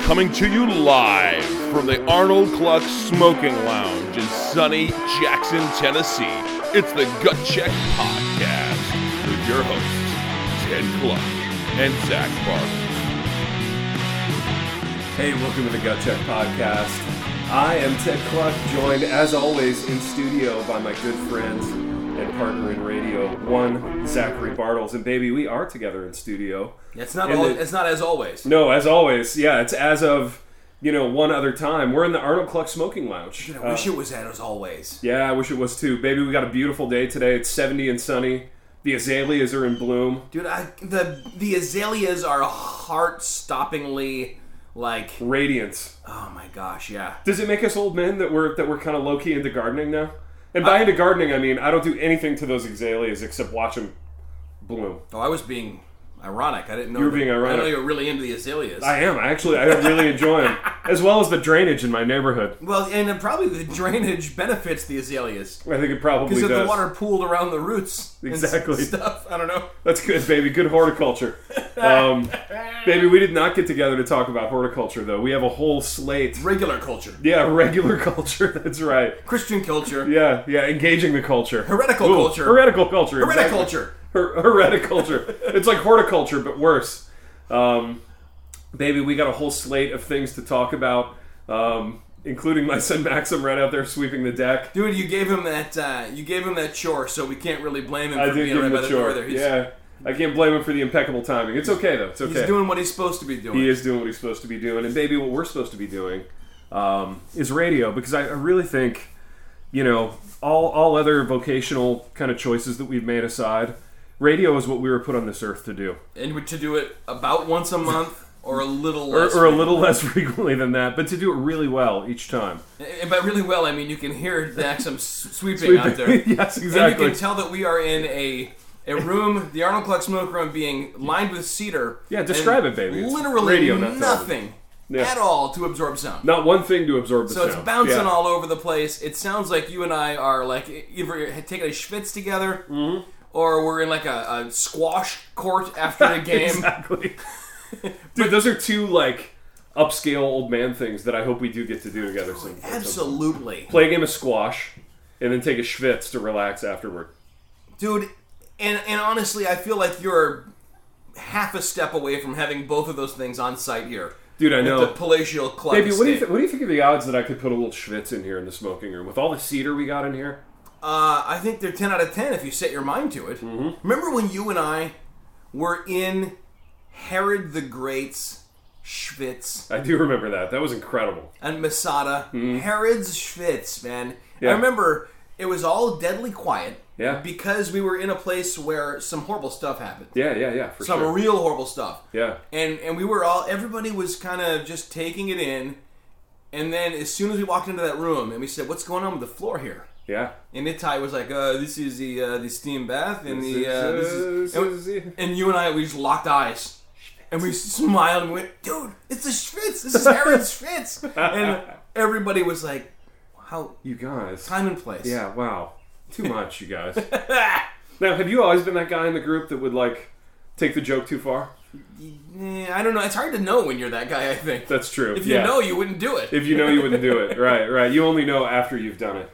Coming to you live from the Arnold Cluck Smoking Lounge in sunny Jackson, Tennessee. It's the Gut Check Podcast with your hosts, Ted Cluck and Zach Barber. Hey, welcome to the Gut Check Podcast. I am Ted Cluck, joined as always in studio by my good friends and partner in radio, one Zachary Bartles. And baby, we are together in studio. It's not. And Al- the- it's not as always. No, as always, yeah, it's as of, you know, one other time. We're in the Arnold Cluck Smoking Lounge. I wish it was as always. uh, Yeah, I wish it was too. Baby, we got a beautiful day today. It's 70 and sunny. The azaleas are in bloom. Dude, I, the the azaleas are heart-stoppingly like. Radiance. Oh my gosh, yeah. Does it make us old men that we're that we're kind of low key into gardening now? And by into gardening, I mean I don't do anything to those azaleas except watch them bloom. Oh, I was being ironic. I didn't know. You were that- being I ironic. know you're really into the azaleas. I am actually. I really enjoy them, as well as the drainage in my neighborhood. well, and then probably the drainage benefits the azaleas I think it probably because does. if the water pooled around the roots. and s- Exactly. stuff. I don't know. That's good, baby. Good horticulture. Um, baby, we did not get together to talk about horticulture, though. We have a whole slate. Regular culture, Yeah, regular culture. That's right. Christian culture, Yeah, yeah, engaging the culture. Heretical culture. Heretical culture. hereticulture. exactly. Her- hereticulture. it's like horticulture, but worse. Um, baby, we got a whole slate of things to talk about, um, including my son Maxim right out there sweeping the deck. Dude, you gave him that. Uh, you gave him that chore, so we can't really blame him I for did being give right him by a the chore. door there. He's, Yeah, I can't blame him for the impeccable timing. It's okay though. It's okay. he's doing what he's supposed to be doing. he is doing what he's supposed to be doing, and baby, what we're supposed to be doing um, is radio because I, I really think, you know, all all other vocational kind of choices that we've made aside, radio is what we were put on this earth to do. and to do it about once a month or a little or, less. or a little less frequently than that, but to do it really well each time. and by really well, I mean you can hear Maxim s- sweeping, out there, yes, and you exactly. can tell that we are in a a room, the Arnold Clark smoke room, being lined with cedar. Yeah, and describe it, baby. It's Literally radio, not nothing Yeah. at all to absorb sound. Not one thing to absorb the So it's sound. bouncing Yeah. all over the place. It sounds like you and I are like e-, either taking a schwitz together, Mm-hmm. or we're in like a, a squash court after a game. Exactly. Dude, those are two like upscale old man things that I hope we do get to do together soon. Absolutely. Play a game of squash and then take a schwitz to relax afterward. dude and and honestly i feel like you're half a step away from having both of those things on site here Dude, I at know. the palatial club Baby, what do, you estate. th- what do you think of the odds that I could put a little schwitz in here in the smoking room with all the cedar we got in here? uh, i think they're 10 out of 10 if you set your mind to it Mm-hmm. remember when you and i were in herod the great's schwitz I do remember that. That was incredible. and masada herod's schwitz man Mm-hmm. Yeah. i remember it was all deadly quiet Yeah. because we were in a place where some horrible stuff happened Yeah, yeah, yeah, for some sure. real horrible stuff yeah. and and we were all everybody was kind of just taking it in and then as soon as we walked into that room and we said what's going on with the floor here Yeah. and Itai was like uh, this is the uh, the steam bath and the uh, this is, This and, is- we- and you and I we just locked eyes and we smiled and went dude it's a Schwitz this is Aaron's Schwitz and everybody was like how You guys. time and place Yeah, wow. Too much, you guys. now, have you always been that guy in the group that would, like, take the joke too far? Eh, I don't know it's hard to know when you're that guy I think That's true. if you yeah. know you wouldn't do it If you know, you wouldn't do it. Right, right. You only know after you've done it.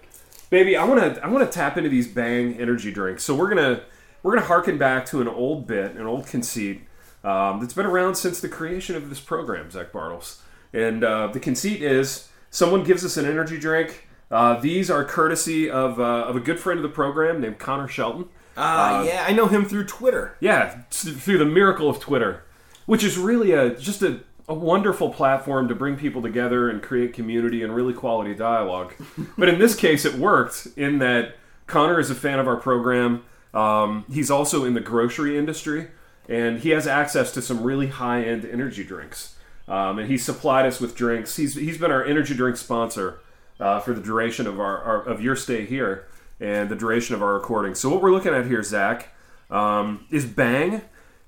Baby, I want to I want to tap into these bang energy drinks. So we're going to we're going to harken back to an old bit, an old conceit um, that's been around since the creation of this program, Zach Bartles. And uh, the conceit is someone gives us an energy drink. Uh, these are courtesy of, uh, of a good friend of the program named Connor Shelton. uh, yeah I know him through Twitter Yeah, s- through the miracle of Twitter, which is really a just a, a wonderful platform to bring people together and create community and really quality dialogue. but in this case, it worked in that Connor is a fan of our program. Um, he's also in the grocery industry, and he has access to some really high end energy drinks. Um, and he's supplied us with drinks. He's he's been our energy drink sponsor uh, for the duration of our, our of your stay here and the duration of our recording. So what we're looking at here, Zach, um, is Bang.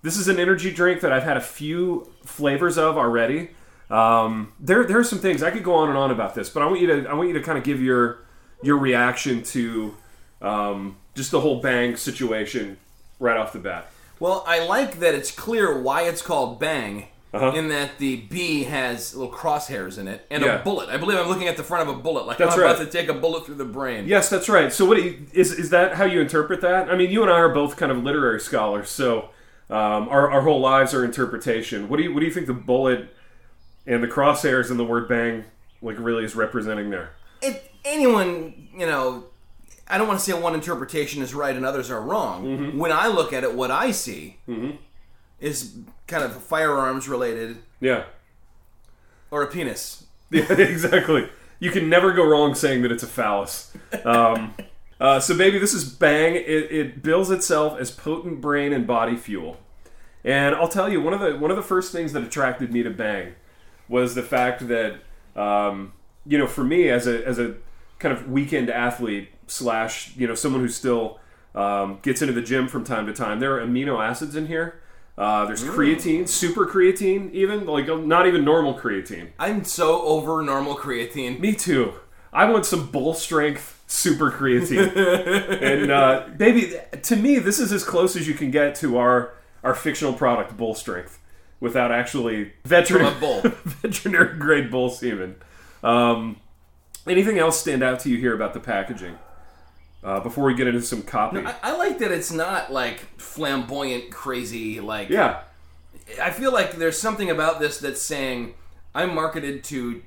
This is an energy drink that I've had a few flavors of already. Um, there, there are some things I could go on and on about this, but I want you to, I want you to kind of give your your reaction to um, just the whole Bang situation right off the bat. Well, I like that it's clear why it's called Bang Uh-huh. in that the B has little crosshairs in it and Yeah. a bullet. I believe I'm looking at the front of a bullet, like That's I'm about right. to take a bullet through the brain. Yes, that's right. So, what do you- is is that how you interpret that? I mean, you and I are both kind of literary scholars, so um, our our whole lives are interpretation. What do you what do you think the bullet and the crosshairs and the word bang like really is representing there? If anyone, you know, I don't want to say one interpretation is right and others are wrong. Mm-hmm. When I look at it, what I see is kind of firearms related Yeah, or a penis. yeah, exactly. You can never go wrong saying that it's a phallus. Um, uh, so, baby, this is bang. It, it bills itself as potent brain and body fuel. And I'll tell you, one of the one of the first things that attracted me to Bang was the fact that um, you know, for me as a as a kind of weekend athlete slash you know someone who still um, gets into the gym from time to time, there are amino acids in here. Uh, there's creatine, super creatine, even like not even normal creatine. I'm so over normal creatine. Me too. I want some bull strength super creatine. and uh, baby, th- to me, this is as close as you can get to our our fictional product, bull strength, without actually A veteran bull. veterinary grade bull semen. Um, anything else stand out to you here about the packaging? Uh, before we get into some copy, I, I like that it's not like flamboyant, crazy. Like yeah, I feel like there's something about this that's saying I'm marketed to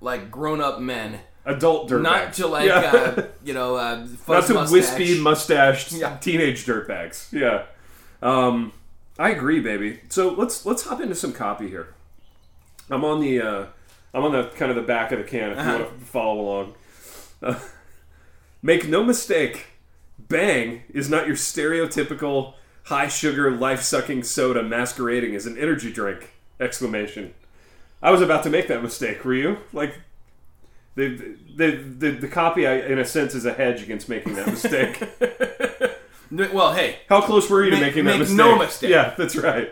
like grown-up men, adult dirtbags, not to like Yeah. uh, you know uh, not fuzz to mustache. wispy mustached Yeah. teenage dirtbags. Yeah, um, I agree, baby. So let's let's hop into some copy here. I'm on the uh, I'm on the kind of the back of the can. If you want to follow along, Uh, make no mistake, Bang is not your stereotypical high sugar life sucking soda masquerading as an energy drink! Exclamation. I was about to make that mistake. Were you like? The, the, the, the copy, I, in a sense, is a hedge against making that mistake. N- Well, hey, How close were you to Make- making that make mistake? no mistake. Yeah, that's right.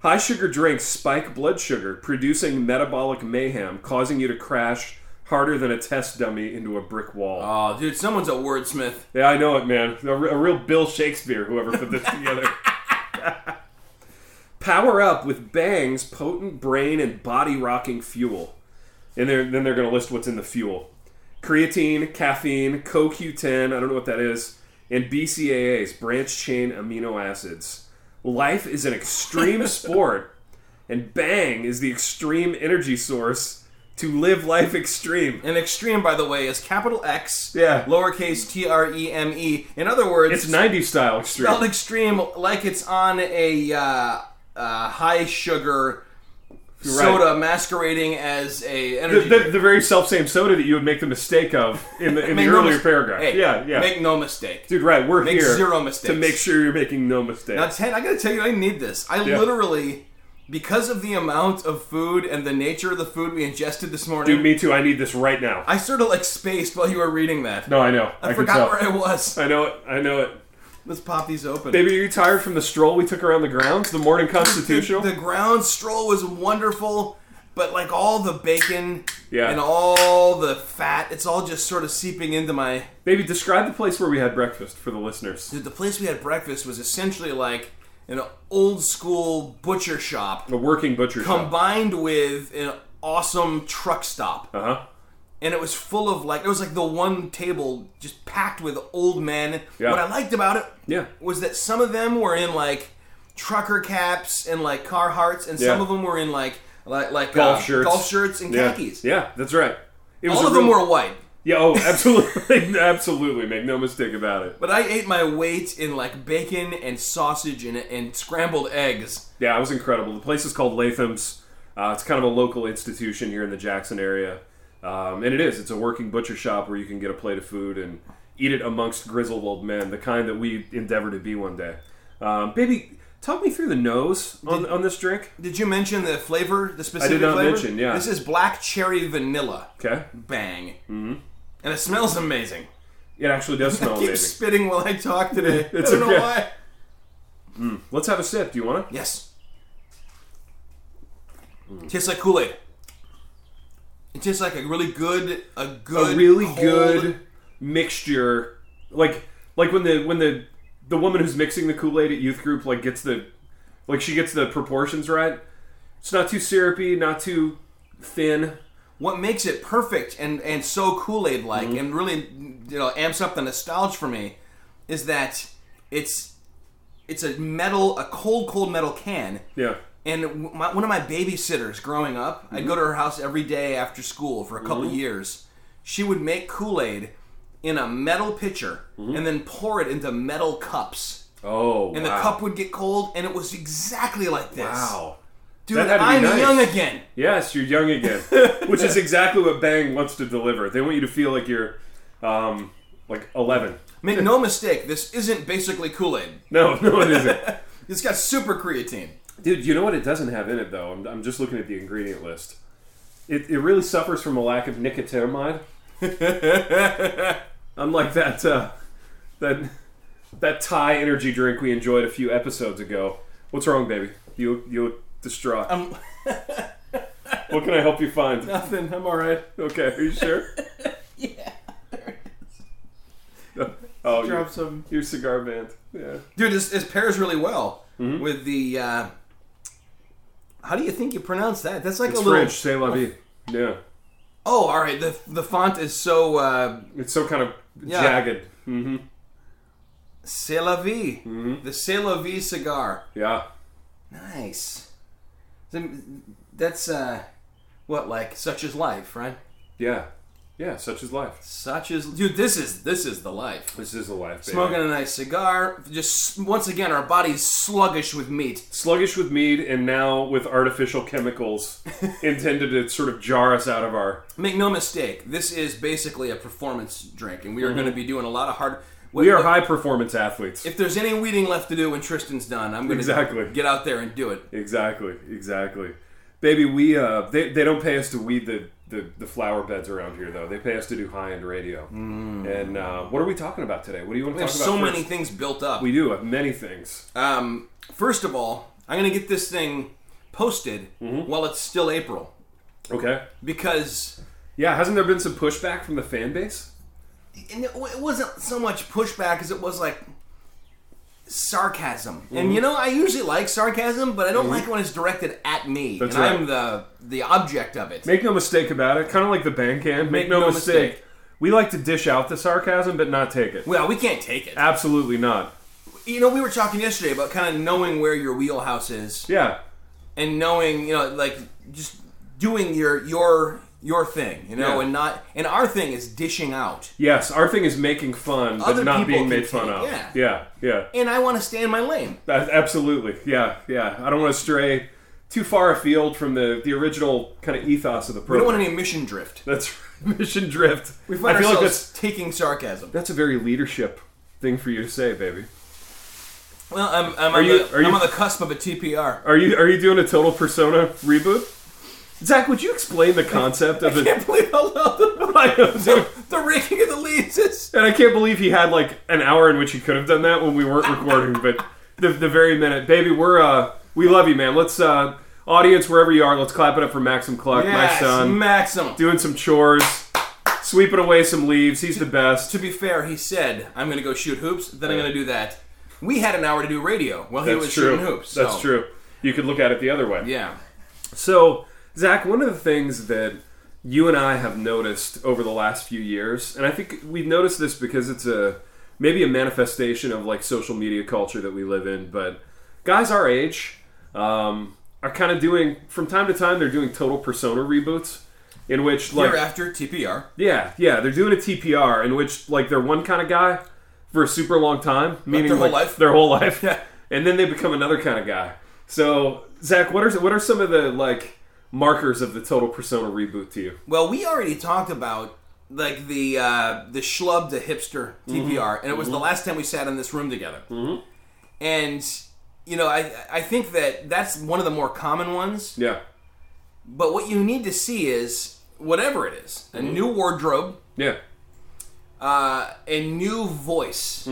High sugar drinks spike blood sugar, producing metabolic mayhem, causing you to crash harder than a test dummy into a brick wall. oh dude, someone's a wordsmith. Yeah, I know it, man. A, re- a real Bill Shakespeare, whoever put this together. Power up with Bang's potent brain and body rocking fuel. And they're, then they're going to list what's in the fuel creatine, caffeine, CoQ10, I don't know what that is, and BCAAs, branch chain amino acids. Life is an extreme sport, and Bang is the extreme energy source to live life extreme. And extreme, by the way, is capital X, Yeah. lowercase T R E M E. In other words, It's 90 style extreme. spelled extreme like it's on a uh, uh, high sugar soda masquerading as a the, energy. the, drink. the very self same soda that you would make the mistake of in the in the Make no earlier mis- paragraph. Hey, yeah, yeah. Make no mistake. Dude, right? We're make here zero to mistakes. make sure you're making no mistake. Now, Ted, I gotta tell you, I need this. I Yeah. literally, because of the amount of food and the nature of the food we ingested this morning, Dude, me too. I need this right now. I sort of like spaced while you were reading that. no, I know. I, I, can forgot tell. where I was. I know it. I know it. Let's pop these open. Baby, are you tired from the stroll we took around the grounds? The morning constitutional? The, the ground stroll was wonderful, but like all the bacon Yeah. and all the fat, it's all just sort of seeping into my. Baby, describe the place where we had breakfast for the listeners. Dude, the place we had breakfast was essentially like an old school butcher shop A working butcher shop. combined with an awesome truck stop. Uh huh. And it was full of like, it was like the one table just packed with old men. Yeah. What I liked about it Yeah. was that some of them were in like trucker caps and like Carhartts, and some Yeah. of them were in like like like Golf uh, shirts. golf shirts and Yeah. khakis. Yeah, that's right. It was All a of them real- were white, Yeah, oh, absolutely. absolutely. Make no mistake about it. but I ate my weight in like bacon and sausage and, and scrambled eggs. Yeah, it was incredible. The place is called Latham's. Uh, it's kind of a local institution here in the Jackson area. Um, and it is. It's a working butcher shop where you can get a plate of food and eat it amongst grizzled old men, the kind that we endeavor to be one day. Um, baby, talk me through the nose on, on this drink. Did you mention the flavor? The specific not flavor? mention, yeah. This is black cherry vanilla. Okay. Bang. Mm-hmm. And it smells amazing. It actually does smell Keep amazing. spitting while I talk today. It's I don't okay. know why. Let's have a sip. Do you want to? Yes. Tastes like Kool Aid. It tastes like a really good, a good, a really cold- good mixture like like when the when the the woman who's mixing the kool-aid at youth group like gets the like she gets the proportions right It's not too syrupy, not too thin. What makes it perfect and and so Kool Aid like Mm-hmm. and really you know amps up the nostalgia for me is that it's it's a metal a cold cold metal can Yeah. And w- my, one of my babysitters growing up, I'd go to her house every day after school for a couple Mm-hmm. years. She would make Kool Aid in a metal pitcher Mm-hmm. and then pour it into metal cups. Oh, And the cup would get cold, and it was exactly like this. Wow. Dude, That had to be I'm nice. young again. Yes, you're young again, which is exactly what Bang wants to deliver. They want you to feel like you're, um, like 11. Make no mistake, this isn't basically Kool Aid. No, no, it isn't. It's got super creatine. Dude, you know what it doesn't have in it though? I'm, I'm just looking at the ingredient list. It, it really suffers from a lack of nicotinamide. Unlike that uh, that that Thai energy drink we enjoyed a few episodes ago. What's wrong, baby? You you distraught. I'm- what can I help you find? Um, Nothing, I'm alright. Okay, are you sure? Yeah. Oh, your, some. your cigar band. Yeah. Dude, this, this pairs really well Mm-hmm. with the. Uh, how do you think you pronounce that? That's like It's a little. French, c'est la vie. Yeah. Oh, all right. The the font is so uh, It's so kind of Yeah. jagged. C'est la vie. Mm-hmm. The C'est la vie cigar. Yeah. Nice. Then- That's uh, what like such is life, right? Yeah. Yeah, such is life. Such is dude. This is this is the life. This is the life, baby. Smoking a nice cigar. Just once again, our body's sluggish with meat. sluggish with mead and now with artificial chemicals intended to sort of jar us out of our Make no mistake, this is basically a performance drink, and we are going to be doing a lot of hard. Mm-hmm. we are high performance athletes If there's any weeding left to do when Tristan's done, I'm going to Exactly. get out there and do it. exactly exactly baby we uh they, they don't pay us to weed the, the the flower beds around here though they pay us to do high-end radio and uh, what are we talking about today what do you want to talk There's about Mm. so first? many things built up. we do have many things Um, first of all, I'm gonna get this thing posted Mm-hmm. while it's still April okay because yeah hasn't there been some pushback from the fan base and it it wasn't so much pushback as it was like sarcasm. Mm-hmm. And you know, I usually like sarcasm, but I don't like it when it's directed at me. That's and right. I'm the the object of it. Make no mistake about it. Kind of like the band can. Make, Make no, no mistake. mistake. We like to dish out the sarcasm, but not take it. Well, we can't take Ah. it. Absolutely not. You know, we were talking yesterday about kind of knowing where your wheelhouse is Yeah. and knowing, you know, like just doing your your your thing, you know, Yeah. and not and our thing is dishing out. Yes, our thing is making fun, but Other not people being can made fun take- of. yeah. yeah, yeah. And I want to stay in my lane. That- absolutely. Yeah, yeah. I don't want to stray too far afield from the, the original kind of ethos of the We program. don't want any mission drift. that's right. mission drift. We find I feel like that's ourselves taking sarcasm. that's a very leadership thing for you to say, baby. Well, I'm, I'm, on, you- the, are I'm you- on the cusp of a TPR. Are you are you doing a total persona reboot? Zach, would you explain the concept of I the can't believe how loud the, I know, dude. the raking of the leaves is. And I can't believe he had like an hour in which he could have done that when we weren't recording, but the, the very minute, baby, we're uh, we love you, man. Let's uh, audience wherever you are, let's clap it up for Maxim Cluck, my Yes, son, Maxim. doing some chores, sweeping away some leaves. He's the best. To be fair, he said, I'm going to go shoot hoops, then I'm going to do that. We had an hour to do radio while he was shooting hoops. so- That's true. You could look at it the other way. Yeah. So, Zach, one of the things that you and I have noticed over the last few years, and I think we've noticed this because it's a maybe a manifestation of like social media culture that we live in, but guys our age um, are kind of doing from time to time they're doing total persona reboots in which like Year after TPR. yeah yeah they're doing a TPR in which like they're one kind of guy for a super long time meaning their whole like, life? their whole life Yeah. and then they become another kind of guy so Zach what are what are some of the like markers of the total persona reboot to you Well, we already talked about like the uh, the schlub to hipster TPR, and it was the last time we sat in this room together. Mm-hmm. And you know, I I think that that's one of the more common ones. yeah But what you need to see is whatever it is, a new wardrobe, yeah uh, a new voice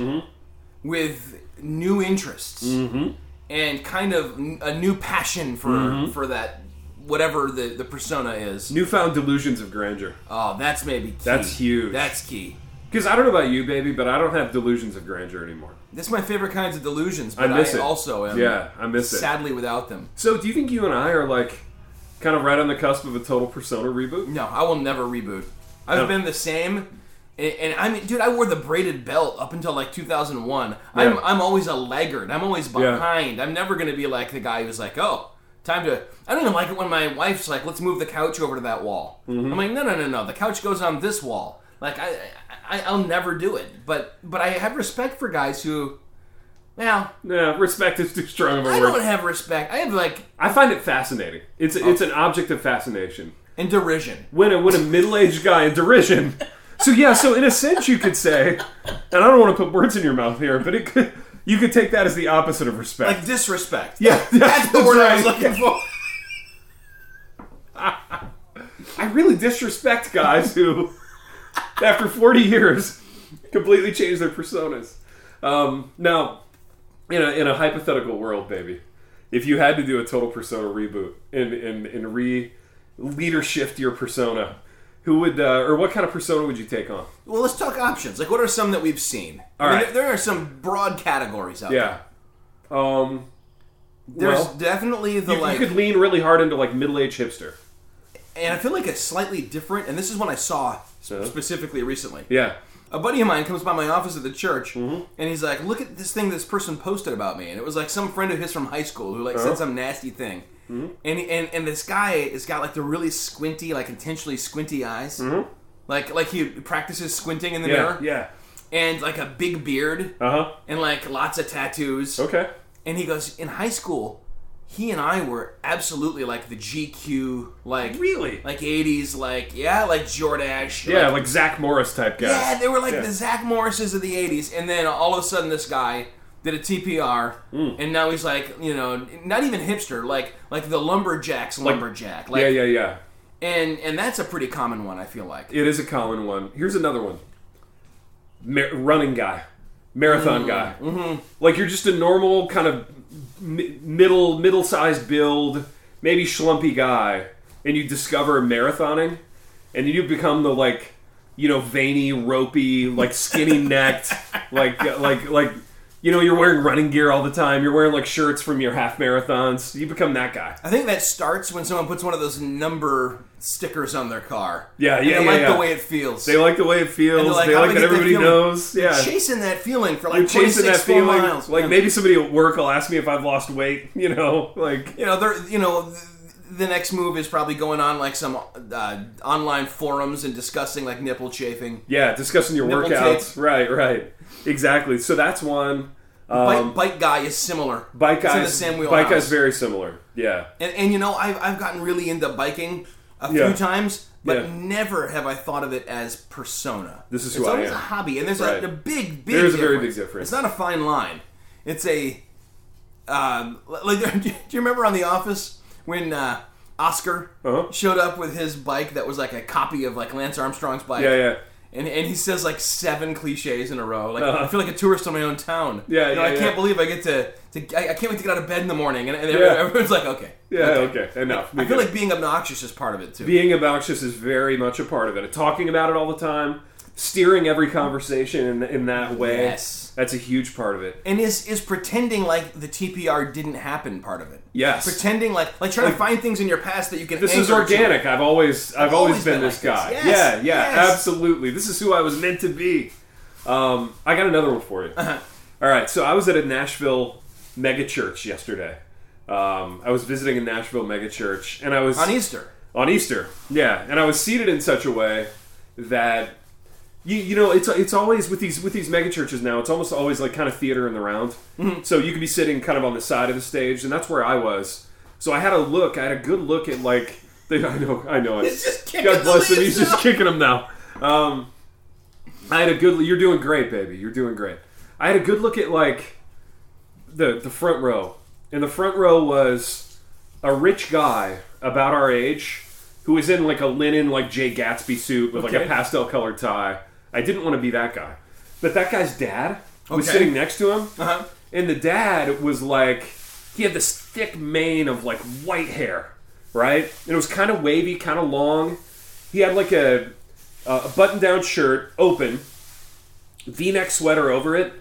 with new interests, Mm-hmm. and kind of n- a new passion for for that whatever the the persona is. newfound delusions of grandeur Oh, that's maybe key. That's huge. That's key. Because I don't know about you, baby, but I don't have delusions of grandeur anymore. This is my favorite kinds of delusions, I but I, miss it. also am yeah, I miss it. sadly without them. So, do you think you and I are like kind of right on the cusp of a total Persona reboot? No, I will never reboot. I've No. been the same. And, and I mean, dude, I wore the braided belt up until like 2001. Yeah. I'm, I'm always a laggard. I'm always behind. I'm never going to be like the guy who's like, oh, time to. I don't even like it when my wife's like, let's move the couch over to that wall. Mm-hmm. I'm like, no, no, no, no. The couch goes on this wall. Like, I, I, I'll never do it. But, but I have respect for guys who. Now, Yeah, respect is too strong of a I don't word. have respect. I have like I find it fascinating. It's Oh. it's an object of fascination. in derision. When a, when a middle aged guy in derision. So yeah, so in a sense you could say, and I don't want to put words in your mouth here, but it could you could take that as the opposite of respect. Like disrespect. yeah, That's the word I was right. looking for. I really disrespect guys who, after 40 years, completely change their personas. Um, now, in a, in a hypothetical world, baby, if you had to do a total persona reboot and, and, and re leader shift your persona, who would, uh, or what kind of persona would you take on? Well, let's talk options. Like, what are some that we've seen? I All mean, right. there there are some broad categories out Yeah. Um, there. There's well, definitely the you, like, you could lean really hard into like middle aged hipster. and I feel like it's slightly different. And this is one I saw sp- Uh-huh. specifically recently. Yeah. A buddy of mine comes by my office at the church, Mm-hmm. and he's like, "Look at this thing this person posted about me." And it was like some friend of his from high school who like Uh-huh. said some nasty thing. Mm-hmm. And, he- and and this guy has got like the really squinty, like intentionally squinty eyes, like like he practices squinting in the Mm-hmm. Yeah. mirror, Yeah. and like a big beard, Uh huh. and like lots of tattoos. Okay. And he goes, in high school, he and I were absolutely like the GQ, like Really? like eighties, like yeah, like Jordache, yeah, like, like Zach Morris type guy. yeah, they were like Yeah. the Zach Morrises of the eighties. And then all of a sudden, this guy did a TPR, Hmm. and now he's like, you know, not even hipster, like like the lumberjacks, lumberjack, like, yeah, yeah, yeah. and and that's a pretty common one, I feel like. It is a common one. Here's another one. Mar- running guy, marathon Mm. guy. Mm-hmm. Like you're just a normal kind of mi- middle middle sized build, maybe schlumpy guy, and you discover marathoning, and you become the like you know veiny, ropey, like skinny necked, like uh, like like you know you're wearing running gear all the time. You're wearing like shirts from your half marathons. You become that guy. I think that starts when someone puts one of those number stickers on their car. Yeah, And yeah, they yeah, like yeah. the way it feels. They like the way it feels. And they're like, they "How like do I that get that everyone feeling?" knows. Yeah. chasing that feeling for like You're chasing that 26 full feeling. miles. Like Yeah. maybe somebody at work will ask me if I've lost weight. You know, like you know, they're you know, th- the next move is probably going on like some uh, online forums and discussing like nipple chafing. yeah, discussing your Nipple workouts. Right, right, exactly. So that's one. Um, bike, bike guy is similar. bike It's in the guys, same wheelhouse. bike guys, very similar. Yeah, and, and you know, I've I've gotten really into biking a Yeah. few times. But Yeah. never have I thought of it as persona. This is it's who I always am. a hobby, and there's Right. a, a big, big. There is a very big difference. It's not a fine line. It's a, um, like, do you remember on The Office when uh, Oscar Uh-huh. showed up with his bike that was like a copy of like Lance Armstrong's bike? yeah, yeah. And, and he says like seven cliches in a row. Like I feel like a tourist on my own town. Uh-huh. Yeah, you know, yeah, I yeah. can't believe I get to, to I, I can't wait to get out of bed in the morning. And, and Yeah. everyone's like, okay. Yeah, okay, enough. I feel like being obnoxious is part of it too. being obnoxious is very much a part of it. Talking about it all the time, steering every conversation in, in that way. Yes. That's a huge part of it. and is is pretending like the TPR didn't happen part of it. Yes. Pretending like like trying to find things in your past that you can. This is anchor to. organic. I've always I've always, always been, been this like guy. this. Yeah, Yes, yeah, yes. absolutely. This is who I was meant to be. Um, I got another one for you. Uh-huh. All right, so I was at a Nashville mega church yesterday. Um, I was visiting a Nashville mega church, and I was on Easter. on Easter. Yeah, and I was seated in such a way that you you know it's it's always with these with these mega churches now. It's almost always like kind of theater in the round. Mm-hmm. So you could be sitting kind of on the side of the stage, and that's where I was. So I had a look. I had a good look at like the, I know I know it. He's just kicking God the bless him. He's leaves just out. kicking them now. Um, I had a good. You're doing great, baby. You're doing great. I had a good look at like the the front row, and the front row was a rich guy about our age who was in like a linen like Jay Gatsby suit with like a Okay. pastel colored tie. I didn't want to be that guy, but that guy's dad was Okay. sitting next to him, Uh-huh. and the dad was like he had this thick mane of like white hair, right? And it was kind of wavy, kind of long. He had like a a button down shirt open V-neck sweater over it,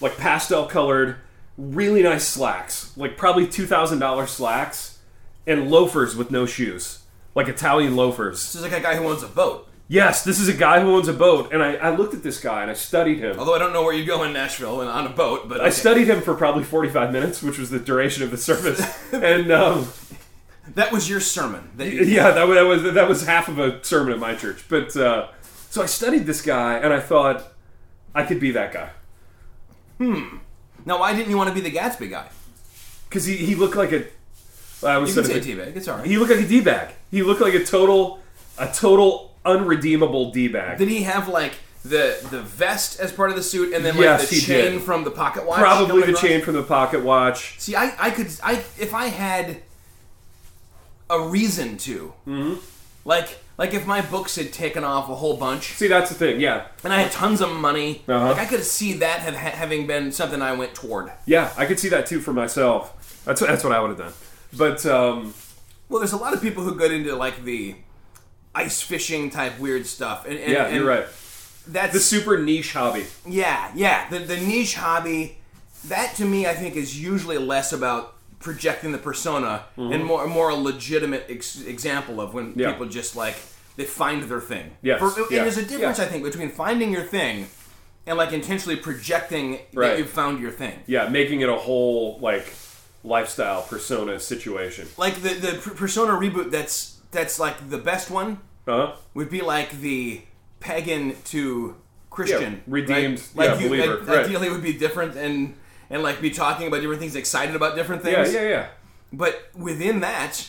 like pastel colored, really nice slacks, like probably two thousand dollar slacks, and loafers with no shoes, like Italian loafers. This is like a guy who owns a boat. Yes, this is a guy who owns a boat, and I, I looked at this guy and I studied him. Although I don't know where you go in Nashville and on a boat, but I okay. studied him for probably 45 minutes, which was the duration of the service. and um, that was your sermon. That you, yeah, that was, that was that was half of a sermon at my church. But uh, so I studied this guy and I thought I could be that guy Now, why didn't you want to be the Gatsby guy? because he, he looked like a I was You can say teabag. It's all right. he looked like a d bag. He looked like a total a total unredeemable d bag. Did he have like the the vest as part of the suit, and then like Yes, the he chain did. from the pocket watch? Probably coming the across? chain from the pocket watch. See, I, I could I if I had a reason to, Mm-hmm. like like if my books had taken off a whole bunch See, that's the thing. Yeah, and I had tons of money, Uh-huh. like I could see that have, ha- having been something I went toward. yeah, I could see that too for myself. That's that's what I would have done. But um, Well, there's a lot of people who get into like the ice fishing type weird stuff, and, and yeah, and you're right. That's The super niche hobby. Yeah, yeah. The, the niche hobby, that to me, I think, is usually less about projecting the persona and more more a legitimate ex- example of when Mm-hmm. Yeah. people just like they find their thing. Yes, For- and yeah, there's a difference, yeah. I think, between finding your thing and like intentionally projecting Right. that you've found your thing. Yeah, making it a whole like lifestyle persona situation. Like the the pr- persona reboot. That's that's like the best one Huh? would be like the pagan to Christian Yeah, redeemed, right? yeah, believer, like, right. Ideally, would be different and and like be talking about different things, excited about different Yeah, things. yeah, yeah. But within that,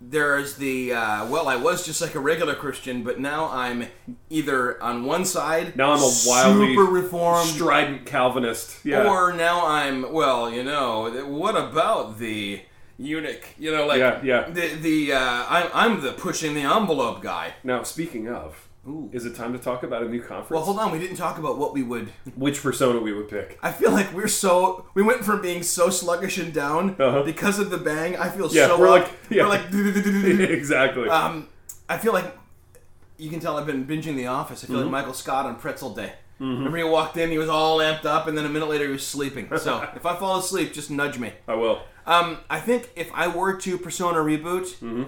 there's the uh, well, I was just like a regular Christian, but now I'm either on one side, Now I'm a wildly super reformed, Strident Calvinist. Yeah. Um, or now I'm well, you know, th- what about the eunuch? You know, like Yeah, yeah. the the uh, I'm I'm the pushing the envelope guy. now, speaking of, is it time to talk about a new conference? Well, hold on, we didn't talk about what we would. Which persona we would pick? I feel like we're so we went from being so sluggish and down Uh-huh. because of the bang. I feel Yeah, so we're up. like- yeah. we're like exactly. Um, I feel like you can tell I've been binging The Office. I feel like Mm-hmm. Michael Scott on Pretzel Day. Remember, he walked in, he was all amped up, and then a minute later, he was sleeping. So if I fall asleep, just nudge me. I will. Um, I think if I were to Persona reboot, Mm-hmm.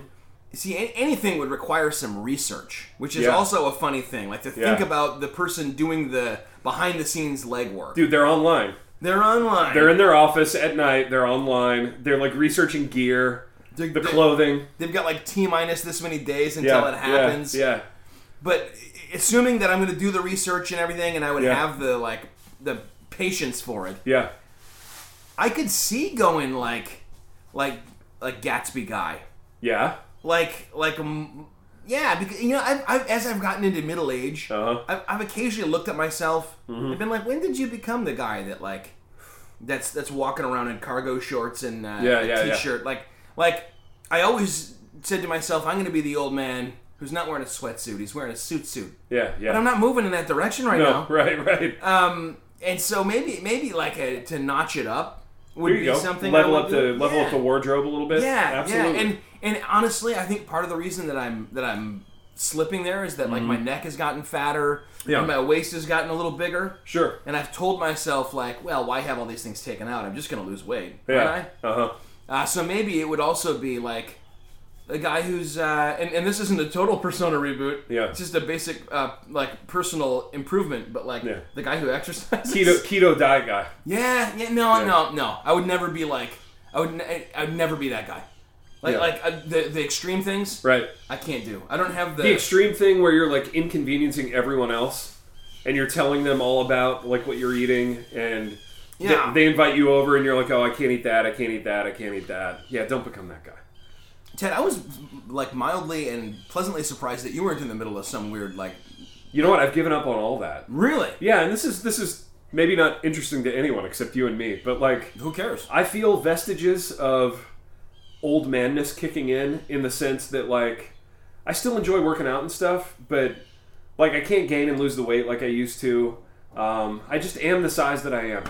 see a- anything would require some research, which is Yeah. also a funny thing. Like to think Yeah. about the person doing the behind the scenes legwork. Dude, they're online. They're online. They're in their office at night. They're online. They're like researching gear, They're- the they're- clothing. They've got like T minus this many days until Yeah, it happens. Yeah. yeah. but assuming that I'm going to do the research and everything, and I would Yeah. have the like the patience for it, Yeah. I could see going like like like Gatsby guy, Yeah. like like um, yeah, because you know I've, I've as I've gotten into middle age, Uh-huh. I've, I've occasionally looked at myself Mm-hmm. and been like, when did you become the guy that like that's that's walking around in cargo shorts and uh, Yeah, a yeah, yeah. t-shirt, like like I always said to myself, I'm going to be the old man who's not wearing a sweatsuit, he's wearing a suit suit. Yeah. Yeah. But I'm not moving in that direction right no, now. right, right. Um, and so maybe maybe like a, to notch it up would Here you be go. something. I level would up do. the level yeah. up the wardrobe a little bit. Yeah, absolutely. yeah. And and honestly, I think part of the reason that I'm that I'm slipping there is that like my neck has gotten fatter. Mm-hmm. Yeah. And my waist has gotten a little bigger. sure. And I've told myself like, well, why have all these things taken out? I'm just gonna lose weight, Yeah. aren't Uh huh. I? Uh, so maybe it would also be like. A guy who's uh, and, and this isn't a total persona reboot. Yeah. it's just a basic uh, like personal improvement. But like Yeah. the guy who exercises. Keto keto diet guy. Yeah, yeah, no, no, no. I would never be like, I would, n- I would never be that guy. Like, Yeah. like uh, the the extreme things, Right. I can't do. I don't have the. The extreme thing where you're like inconveniencing everyone else, and you're telling them all about like what you're eating, and they- Yeah. they, invite you over, and you're like, oh, I can't eat that, I can't eat that, I can't eat that. Yeah, don't become that guy. Ted, I was like mildly and pleasantly surprised that you weren't in the middle of some weird like. You know what? I've given up on all that. Really? Yeah, and this is this is maybe not interesting to anyone except you and me, but like Who cares? I feel vestiges of old manness kicking in in the sense that like I still enjoy working out and stuff, but like I can't gain and lose the weight like I used to. Um, I just am the size that I am,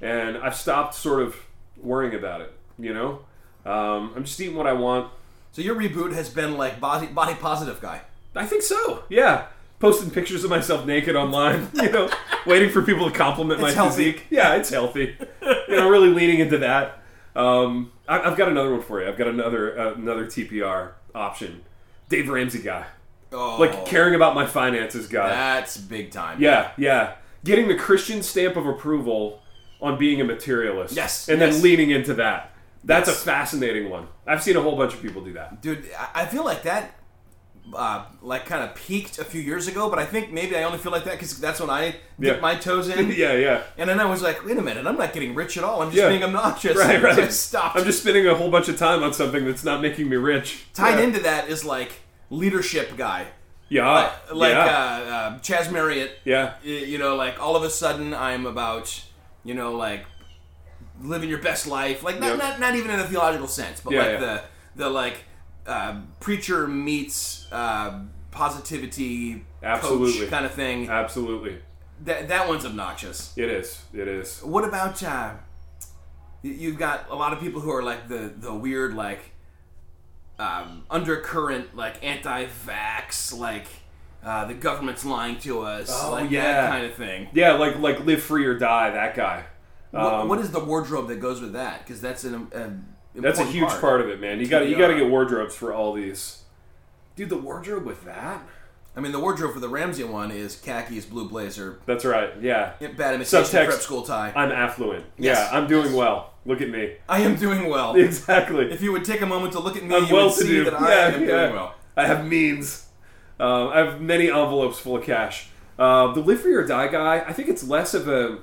and I've stopped sort of worrying about it. You know, um, I'm just eating what I want. So your reboot has been like body body positive guy. I think so. Yeah, posting pictures of myself naked online, you know, waiting for people to compliment my It's healthy. physique. Yeah, it's healthy. You know, really leaning into that. Um, I, I've got another one for you. I've got another uh, another TPR option. Dave Ramsey guy, Oh, like caring about my finances guy. that's big time. Yeah, yeah. Getting the Christian stamp of approval on being a materialist. Yes, And yes. then leaning into that. That's Yes. a fascinating one. I've seen a whole bunch of people do that. dude, I- I feel like that. Uh, like kind of peaked a few years ago, but I think maybe I only feel like that because that's when I dipped Yeah. my toes in. Yeah, yeah. And then I was like, wait a minute, I'm not getting rich at all. I'm just Yeah. being obnoxious. Right, So I right. stopped. I'm just spending a whole bunch of time on something that's not making me rich. tied yeah. into that is like leadership guy, Yeah. like yeah. Uh, uh, Chaz Marriott. yeah. Y- You know, like all of a sudden I'm about, you know, like living your best life. Like not Yep. not, not even in a theological sense, but Yeah, like yeah. the the like uh, preacher meets uh, positivity Absolutely. coach kind of thing. Absolutely. that that one's obnoxious. It is. It is. What about uh, y- you've got a lot of people who are like the the weird like um, undercurrent like anti-vax like uh, the government's lying to us Oh, like that yeah. kind of thing. Yeah, like like live free or die, that guy. what, Um, what is the wardrobe that goes with that? Because that's an, um, an That's a important huge part. of it, man. You got to you TBR. got to get wardrobes for all these. Dude, the wardrobe with that? I mean, the wardrobe for the Ramsey one is khakis, blue blazer, That's right. Yeah. bad imitation, Subtext. prep school tie. I'm affluent. Yes. Yeah, I'm doing well. Look at me. I am doing well. Exactly. If you would take a moment to look at me, I'm you well would to see do. that I yeah, am yeah. doing well. I have means. Um, I have many envelopes full of cash. Uh, the live free or die guy. I think it's less of a.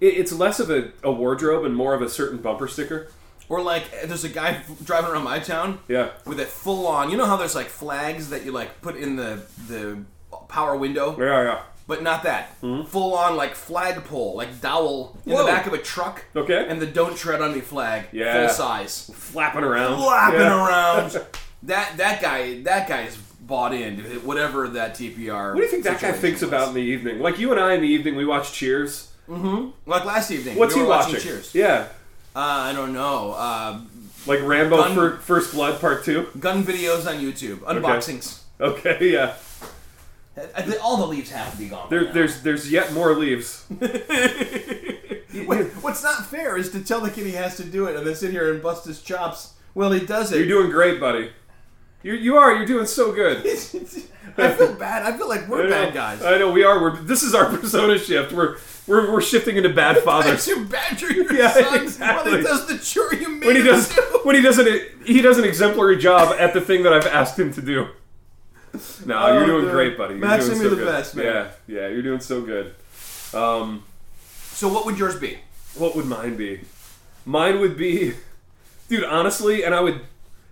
it- it's less of a, a wardrobe and more of a certain bumper sticker. Or like, there's a guy driving around my town. Yeah. with a full on. You know how there's like flags that you like put in the the power window, Yeah. Yeah. but not that full on like flagpole, like dowel in Whoa. the back of a truck. Okay. and the "Don't Tread on Me" flag, Yeah. full size, Flapping around. flapping Yeah. around. that that guy that guy is bought in to whatever that TPR. What do you think that guy thinks about in the evening? Like you and I in the evening, we watch Cheers. Like last evening, What's we were he watching? Cheers. Yeah. Uh, I don't know. Uh, Like Rambo Gun- Fir- First Blood Part Two. gun videos on YouTube, unboxings. Okay. Yeah. I think All the leaves have to be gone. by There, now. There's there's yet more leaves. What- What's not fair is to tell the kid he has to do it and then sit here and bust his chops while he does it. You're doing great, buddy. You you are. You're doing so good. I feel bad. I feel like we're I know. bad guys. I know we are. We're, this is our persona shift. We're we're, we're shifting into bad fathers. you badger your Yeah, son while exactly. he does the chore you made When he him does do. when he does an he does an exemplary job at the thing that I've asked him to do. No, Oh, you're doing dude. great, buddy. You're Maxim, doing so you're the good. best, man. Yeah, yeah, you're doing so good. Um, So what would yours be? what would mine be? Mine would be, dude. Honestly, and I would,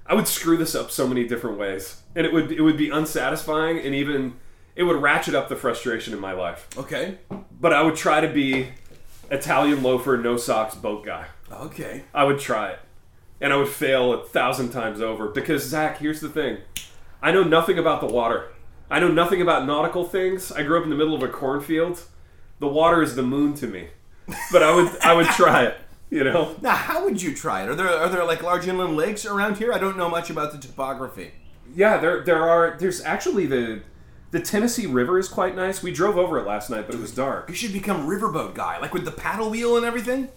I would screw this up so many different ways, and it would it would be unsatisfying, and even it would ratchet up the frustration in my life. Okay. But I would try to be Italian loafer, no socks, boat guy. Okay. I would try it, and I would fail a thousand times over because Zach, here's the thing, I know nothing about the water. I know nothing about nautical things. I grew up in the middle of a cornfield. The water is the moon to me, but I would I would try it. You know. Now, how would you try it? Are there are there like large inland lakes around here? I don't know much about the topography. Yeah, there there are. There's actually the the Tennessee River is quite nice. We drove over it last night, but it was dark. You should become riverboat guy, like with the paddle wheel and everything.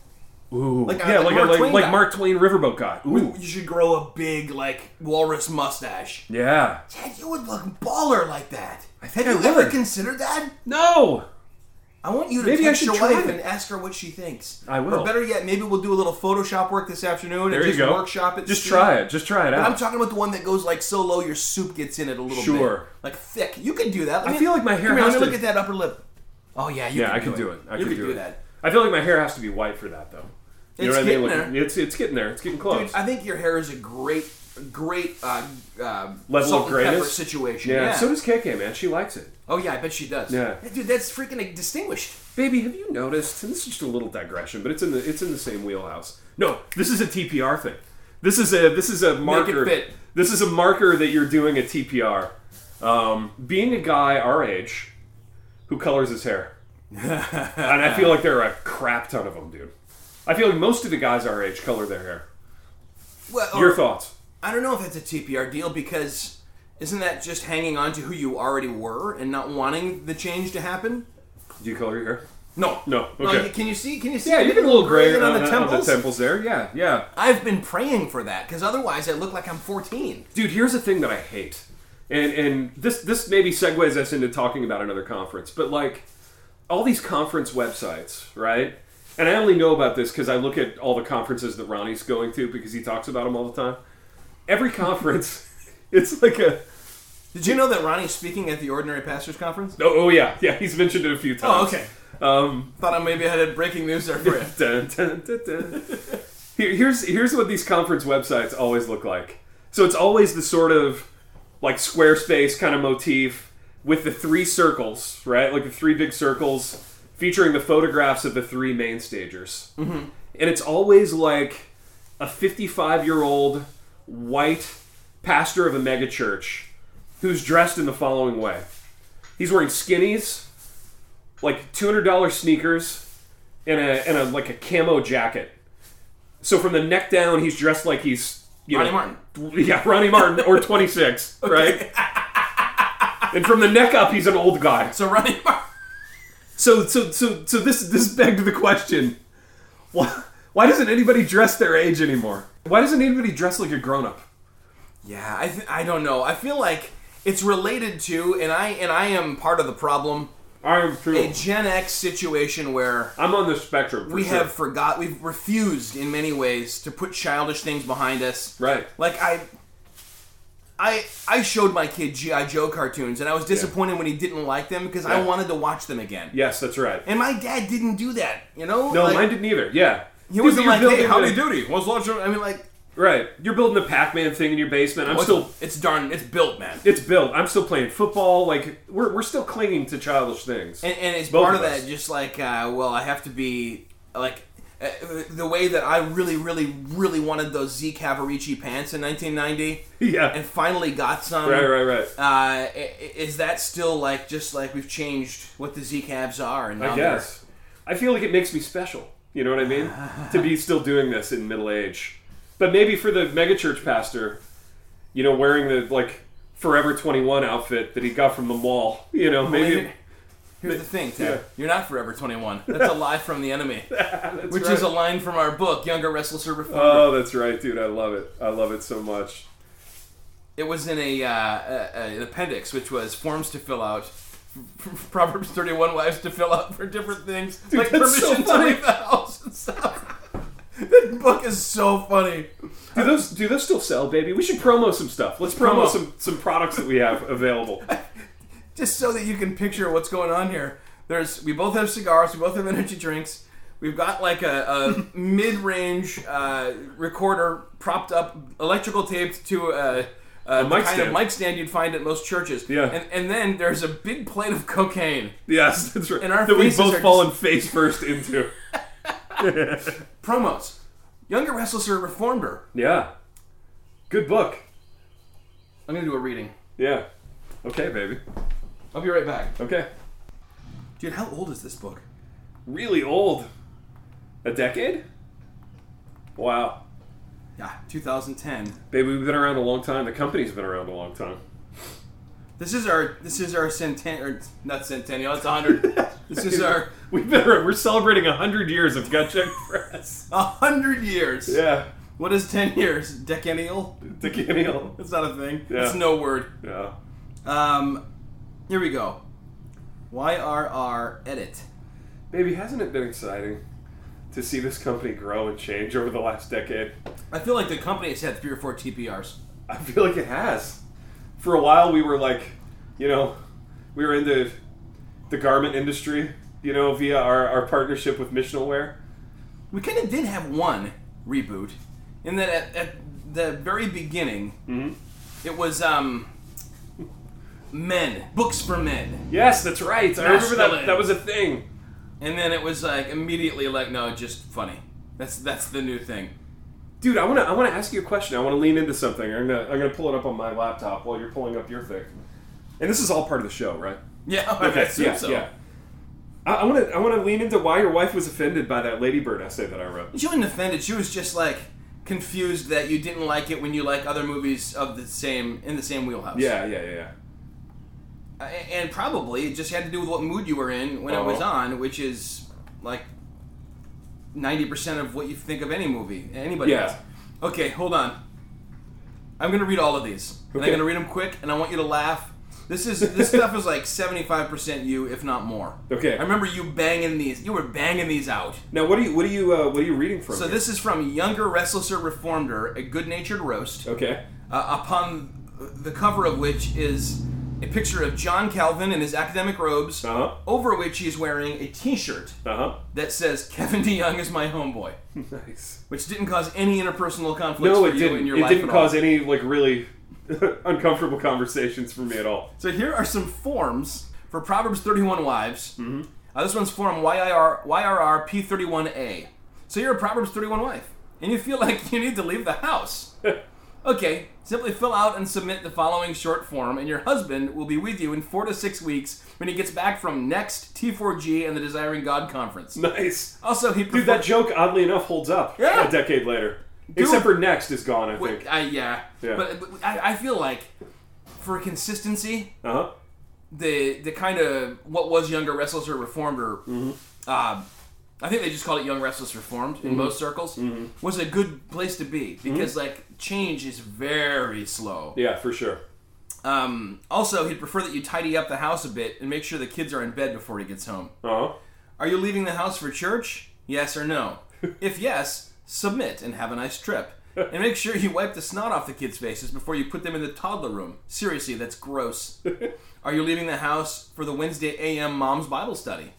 Ooh, like, uh, yeah, like like Mark like, Twain like guy. Mark Twain riverboat guy. Ooh, You should grow a big like walrus mustache. yeah. Dad, you would look baller like that. I think Have I you ever would. considered that? No, I want you to Maybe I text should your try wife it. and ask her what she thinks. I Or will. better yet, maybe we'll do a little Photoshop work this afternoon there and just you go. workshop it. Just try it. Just try it I'm out. talking about the one that goes like so low your soup gets in it a little bit. Sure. Like thick. You could do that. Let I feel like my hair Come here, has let me to- look at that upper lip. Oh yeah, you yeah, I could could do it. I you could do, do it. that. I feel like my hair has to be white for that though. It's You know what I mean? getting Like, there. It's it's getting there. It's getting Dude, close. I think your hair is a great, great uh, uh, Level of salt and pepper grayness? situation. yeah. Yeah. So does KK, man. She likes it. oh yeah, I bet she does. Yeah. Dude, that's freaking like, distinguished. Baby, have you noticed? And this is just a little digression, but it's in the it's in the same wheelhouse. No, this is a TPR thing. This is a this is a marker. fit. This is a marker that you're doing a TPR. Um, being a guy our age who colors his hair, and I feel like there are a crap ton of them, dude. I feel like most of the guys our age color their hair. Well, Your or- thoughts? I don't know if that's a TPR deal because Isn't that just hanging on to who you already were and not wanting the change to happen? Do you color your hair? No, No, Well, okay. can you see? Can you see? Yeah, you're getting a little gray on, on, the on temples. the temples there. Yeah, yeah. I've been praying for that because otherwise I look like I'm 14. dude here's the thing that i hate and and this this maybe segues us into talking about another conference but like all these conference websites right and i only know about this because i look at all the conferences that ronnie's going to because he talks about them all the time every conference it's like a Did you know that Ronnie's speaking at the Ordinary Pastors Conference? oh, oh yeah yeah he's mentioned it a few times Oh, okay. um Thought I maybe had a breaking news there for you. dun, dun, dun, dun. Here, here's here's what these conference websites always look like. So it's always the sort of like Squarespace kind of motif with the three circles, right? Like the three big circles featuring the photographs of the three main stagers. Mm-hmm. And it's always like a 55 year old white pastor of a megachurch who's dressed in the following way. He's wearing skinnies, like $200 sneakers, and a and a like a camo jacket. So from the neck down, he's dressed like he's you Ronnie know, Martin. yeah, Ronnie Martin or 26, right? and from the neck up, he's an old guy. So Ronnie Martin. So so so so this this begged the question: why, why doesn't anybody dress their age anymore? Why doesn't anybody dress like a grown up? Yeah, I th- I don't know. I feel like it's related to, and I and I am part of the problem. I'm A true. Gen X situation where I'm on the spectrum. For we sure. have forgot, we've refused in many ways to put childish things behind us. right. Like I, I I showed my kid GI Joe cartoons, and I was disappointed when he didn't like them because I Yeah. wanted to watch them again. Yes, that's right. And my dad didn't do that. You know? No, like, mine didn't either. Yeah. He wasn't like, hey, howdy do? doody. What's lunch? I mean, like, Right. You're building a Pac-Man thing in your basement. I'm what's- still it's darn, it's built, man. it's built. I'm still playing football. Like we're, we're still clinging to childish things. And, and it's Both part of of us. that, just like, uh, well, I have to be like uh, the way that I really, really, really wanted those Z Cavaricci pants in 1990, yeah. and finally got some. right. Right. Right. Uh, i- i- is that still like just like we've changed what the Z Cavs are? And now I they're- guess. I feel like it makes me special. You know what I mean? to be still doing this in middle age, but maybe for the megachurch pastor, you know, wearing the like Forever 21 outfit that he got from the mall. You know, Well, maybe. here- Here's the thing, Ted. Yeah. You're not forever 21. That's a lie from the enemy, which right. is a line from our book, Younger Restless Urban Farmer. Oh, that's right, dude. I love it. I love it so much. It was in a, uh, a, a an appendix, which was forms to fill out, Proverbs thirty one wives to fill out for different things, like that's so permission to funny. leave the house and stuff. that book is so funny. Do those do those still sell, baby? We should promo some stuff. Let's promo, promo. some some products that we have available. Just so that you can picture what's going on here. There's we both have cigars, we both have energy drinks. We've got like a, a mid range uh, recorder propped up, electrical taped to a. A, mic kind stand. of mic stand you'd find at most churches. Yeah. And, and then there's a big plate of cocaine. Yes, that's right. And our that we've faces both are fallen face first into. promos. Younger Restless or Reformer. yeah. Good book. I'm gonna do a reading. Yeah. Okay, baby. I'll be right back. Okay. Dude, how old is this book? Really old. A decade? Wow. Yeah, 2010. Baby, we've been around a long time. The company's been around a long time. This is our this is our centennial, or not centennial. It's 100. this is our We've been around, we're celebrating 100 years of Gut Check Press. 100 years. Yeah. What is 10 years? Decennial? The cameo. That's not a thing. Yeah. That's no word. Yeah. Um, here we go. YRR edit. Baby, hasn't it been exciting to see this company grow and change over the last decade? I feel like the company has had three or four TPRs. I feel like it has. For a while, we were like, you know, we were into the garment industry, you know, via our, our partnership with Missional Wear. We kind of did have one reboot, in that at, at the very beginning, Mm-hmm. it was um, men, books for men, Yes, that's right. I remember that. Masculine. That was a thing. and then it was like immediately like no, just funny. That's that's the new thing. Dude, I wanna I wanna ask you a question. I wanna lean into something. I'm gonna I'm gonna pull it up on my laptop while you're pulling up your thing. And this is all part of the show, right? Yeah, I assume yeah, so. yeah. I, I wanna I wanna lean into why your wife was offended by that ladybird essay that I wrote. She wasn't offended. She was just like, confused that you didn't like it when you like other movies of the same in the same wheelhouse. Yeah, yeah, yeah, yeah. A- and probably it just had to do with what mood you were in when it was Uh-huh. on, which is like ninety percent of what you think of any movie. Anybody Yeah. does. Okay, hold on. I'm gonna read all of these. And Okay. I'm gonna read them quick, and I want you to laugh. This is this stuff is like seventy five percent you, if not more. Okay. I remember you banging these. You were banging these out. Now, what are you what are you uh, what are you reading from? So here? this is from Younger Restlesser Reformer, a good-natured roast, okay. uh, upon the cover of which is a picture of John Calvin in his academic robes, Uh huh. over which he's wearing a T-shirt Uh that says "Kevin DeYoung is my homeboy," huh. nice. which didn't cause any interpersonal conflicts No, for it you in didn't. your It life didn't at all. cause any like really uncomfortable conversations for me at all. So here are some forms for Proverbs 31 wives. Mm-hmm. Uh, this one's form YIR, YRR P31A. So you're a Proverbs 31 wife, and you feel like you need to leave the house. okay, simply fill out and submit the following short form, and your husband will be with you in four to six weeks when he gets back from Next, T4G, and the Desiring God Conference. Nice. Also, he Dude, that joke oddly enough holds up Oh, Yeah. a decade later. Except for next is gone, I think. Wait, I, yeah. Yeah. But, but I, I feel like for consistency, Uh huh. the the kind of what was younger wrestlers or reformed or uh, I think they just called it young wrestlers reformed in most circles was a good place to be because like change is very slow. Yeah, for sure. Um, also, he'd prefer that you tidy up the house a bit and make sure the kids are in bed before he gets home. Uh huh. Are you leaving the house for church? Yes or no? if yes, submit and have a nice trip. And make sure you wipe the snot off the kids' faces before you put them in the toddler room. Seriously, that's gross. Are you leaving the house for the Wednesday AM mom's Bible study?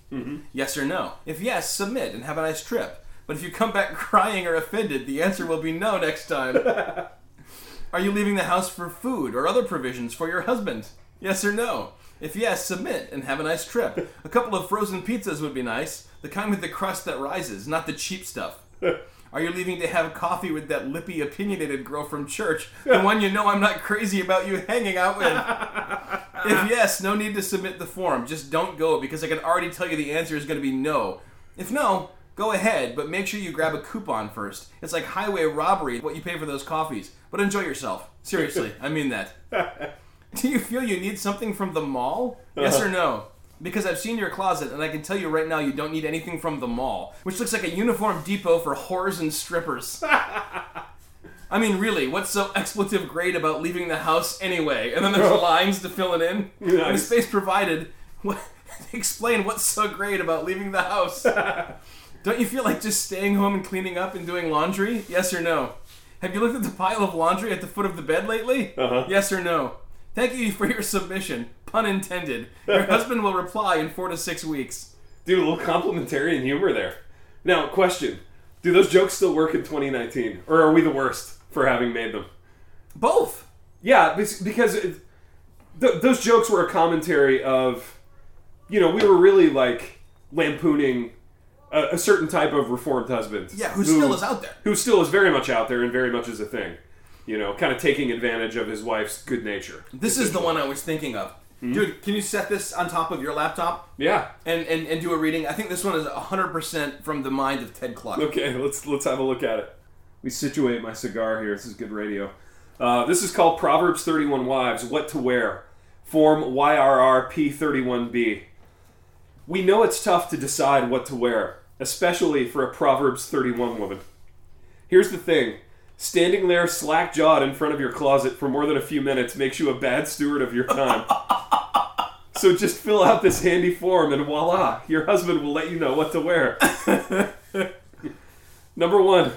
Yes or no? If yes, submit and have a nice trip. But if you come back crying or offended, the answer will be no next time. Are you leaving the house for food or other provisions for your husband? Yes or no? If yes, submit and have a nice trip. A couple of frozen pizzas would be nice, the kind with the crust that rises, not the cheap stuff. Are you leaving to have coffee with that lippy, opinionated girl from church, the one you know I'm not crazy about you hanging out with? If yes, no need to submit the form. Just don't go because I can already tell you the answer is going to be no. If no, go ahead, but make sure you grab a coupon first. It's like highway robbery what you pay for those coffees. But enjoy yourself. Seriously, I mean that. Do you feel you need something from the mall? Yes or no? Because I've seen your closet and I can tell you right now you don't need anything from the mall, which looks like a uniform depot for whores and strippers. I mean, really, what's so expletive great about leaving the house anyway? And then there's lines to fill it in. And the Nice. space provided, what, explain what's so great about leaving the house. Don't you feel like just staying home and cleaning up and doing laundry? Yes or no? Have you looked at the pile of laundry at the foot of the bed lately? Uh-huh. Yes or no? Thank you for your submission. Pun intended. Your husband will reply in four to six weeks. Dude, a little complimentarian humor there. Now, question. Do those jokes still work in 2019? Or are we the worst for having made them? Both. Yeah, bes- because it, th- those jokes were a commentary of, you know, we were really like lampooning a, a certain type of reformed husband. Yeah, who still is out there. Who still is very much out there and very much is a thing. You know, kind of taking advantage of his wife's good nature. This is the one I was thinking of. Hmm? Dude, can you set this on top of your laptop Yeah. and, and, and do a reading? I think this one is 100% from the mind of Ted Clark. Okay, let's let's have a look at it. We situate my cigar here. This is good radio. Uh, this is called Proverbs 31 Wives: What to Wear, Form YRR P31B. We know it's tough to decide what to wear, especially for a Proverbs 31 woman. Here's the thing: standing there slack-jawed in front of your closet for more than a few minutes makes you a bad steward of your time. So just fill out this handy form and voila, your husband will let you know what to wear. Number one,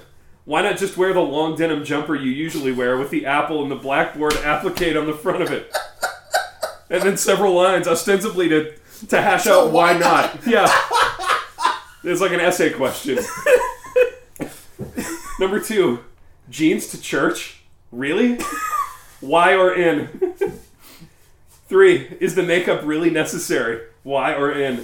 why not just wear the long denim jumper you usually wear with the apple and the blackboard applique on the front of it? And then several lines, ostensibly to, to hash out why not. Yeah. It's like an essay question. Number two, jeans to church? Really? Why or in? Three, is the makeup really necessary? Why or in?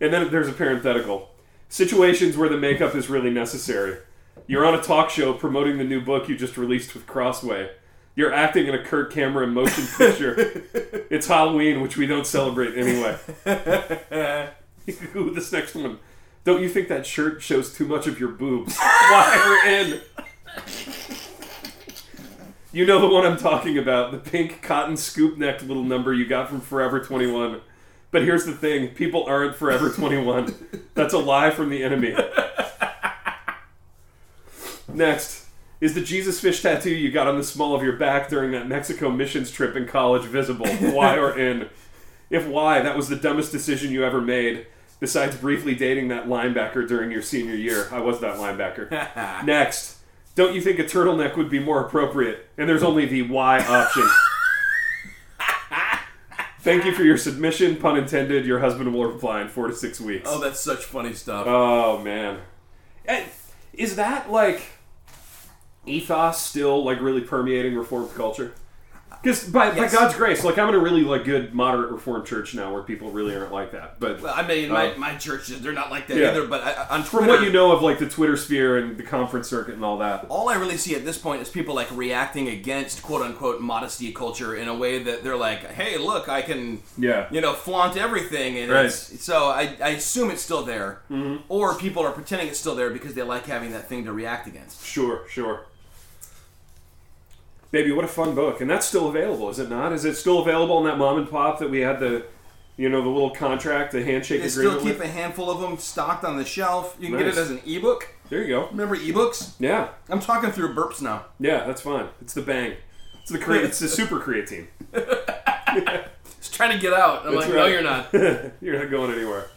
And then there's a parenthetical situations where the makeup is really necessary. You're on a talk show promoting the new book you just released with Crossway. You're acting in a Kurt Cameron motion picture. it's Halloween, which we don't celebrate anyway. Ooh, this next one. Don't you think that shirt shows too much of your boobs? Wire in. You know the one I'm talking about, the pink cotton scoop necked little number you got from Forever 21. But here's the thing people aren't Forever 21. That's a lie from the enemy. Next, is the Jesus fish tattoo you got on the small of your back during that Mexico missions trip in college visible? Why or in? If why, that was the dumbest decision you ever made, besides briefly dating that linebacker during your senior year. I was that linebacker. Next, don't you think a turtleneck would be more appropriate? And there's only the why option. Thank you for your submission. Pun intended. Your husband will reply in four to six weeks. Oh, that's such funny stuff. Oh man, Eh, is that like ethos still like really permeating Reformed culture? Because by, Yes. by God's grace, like I'm in a really like good moderate Reformed church now where people really aren't like that. But Well, I mean, my, Uh, my churches, they're not like that yeah. either, but I, I- on Twitter, from what you know of like the Twitter sphere and the conference circuit and all that, all I really see at this point is people like reacting against quote unquote modesty culture in a way that they're like, hey, look, I can, Yeah. you know, flaunt everything. And Right. Mm-hmm. it's, so I, I assume it's still there. Or people are pretending it's still there because they like having that thing to react against. sure, sure. Baby, what a fun book, and that's still available, is it not? Is it still available in that mom and pop that we had the, you know, the little contract, the handshake They agreement? still keep with? a handful of them stocked on the shelf. You can get Nice. it as an ebook. There you go. Remember ebooks? Yeah, I'm talking through burps now. Yeah, that's fine. It's the bang. It's the crea- it's the super creatine. Just trying to get out. I'm That's like, no, right. you're not. You're not going anywhere.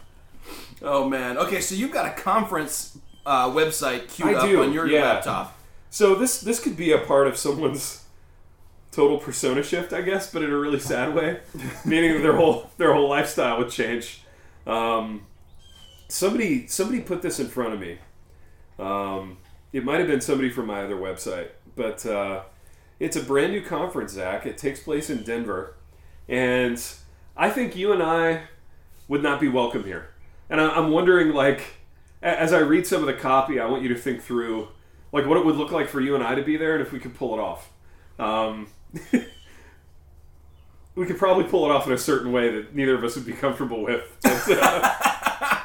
Oh man. Okay, so you've got a conference uh, website queued I up do, on your yeah. laptop. So this this could be a part of someone's total persona shift, I guess, but in a really sad way, meaning that their whole their whole lifestyle would change. Um, somebody somebody put this in front of me. Um, it might have been somebody from my other website, but uh, it's a brand new conference, Zach. It takes place in Denver, and I think you and I would not be welcome here. And I, I'm wondering, like, a- as I read some of the copy, I want you to think through, like, what it would look like for you and I to be there, and if we could pull it off. Um, we could probably pull it off in a certain way that neither of us would be comfortable with. But, uh,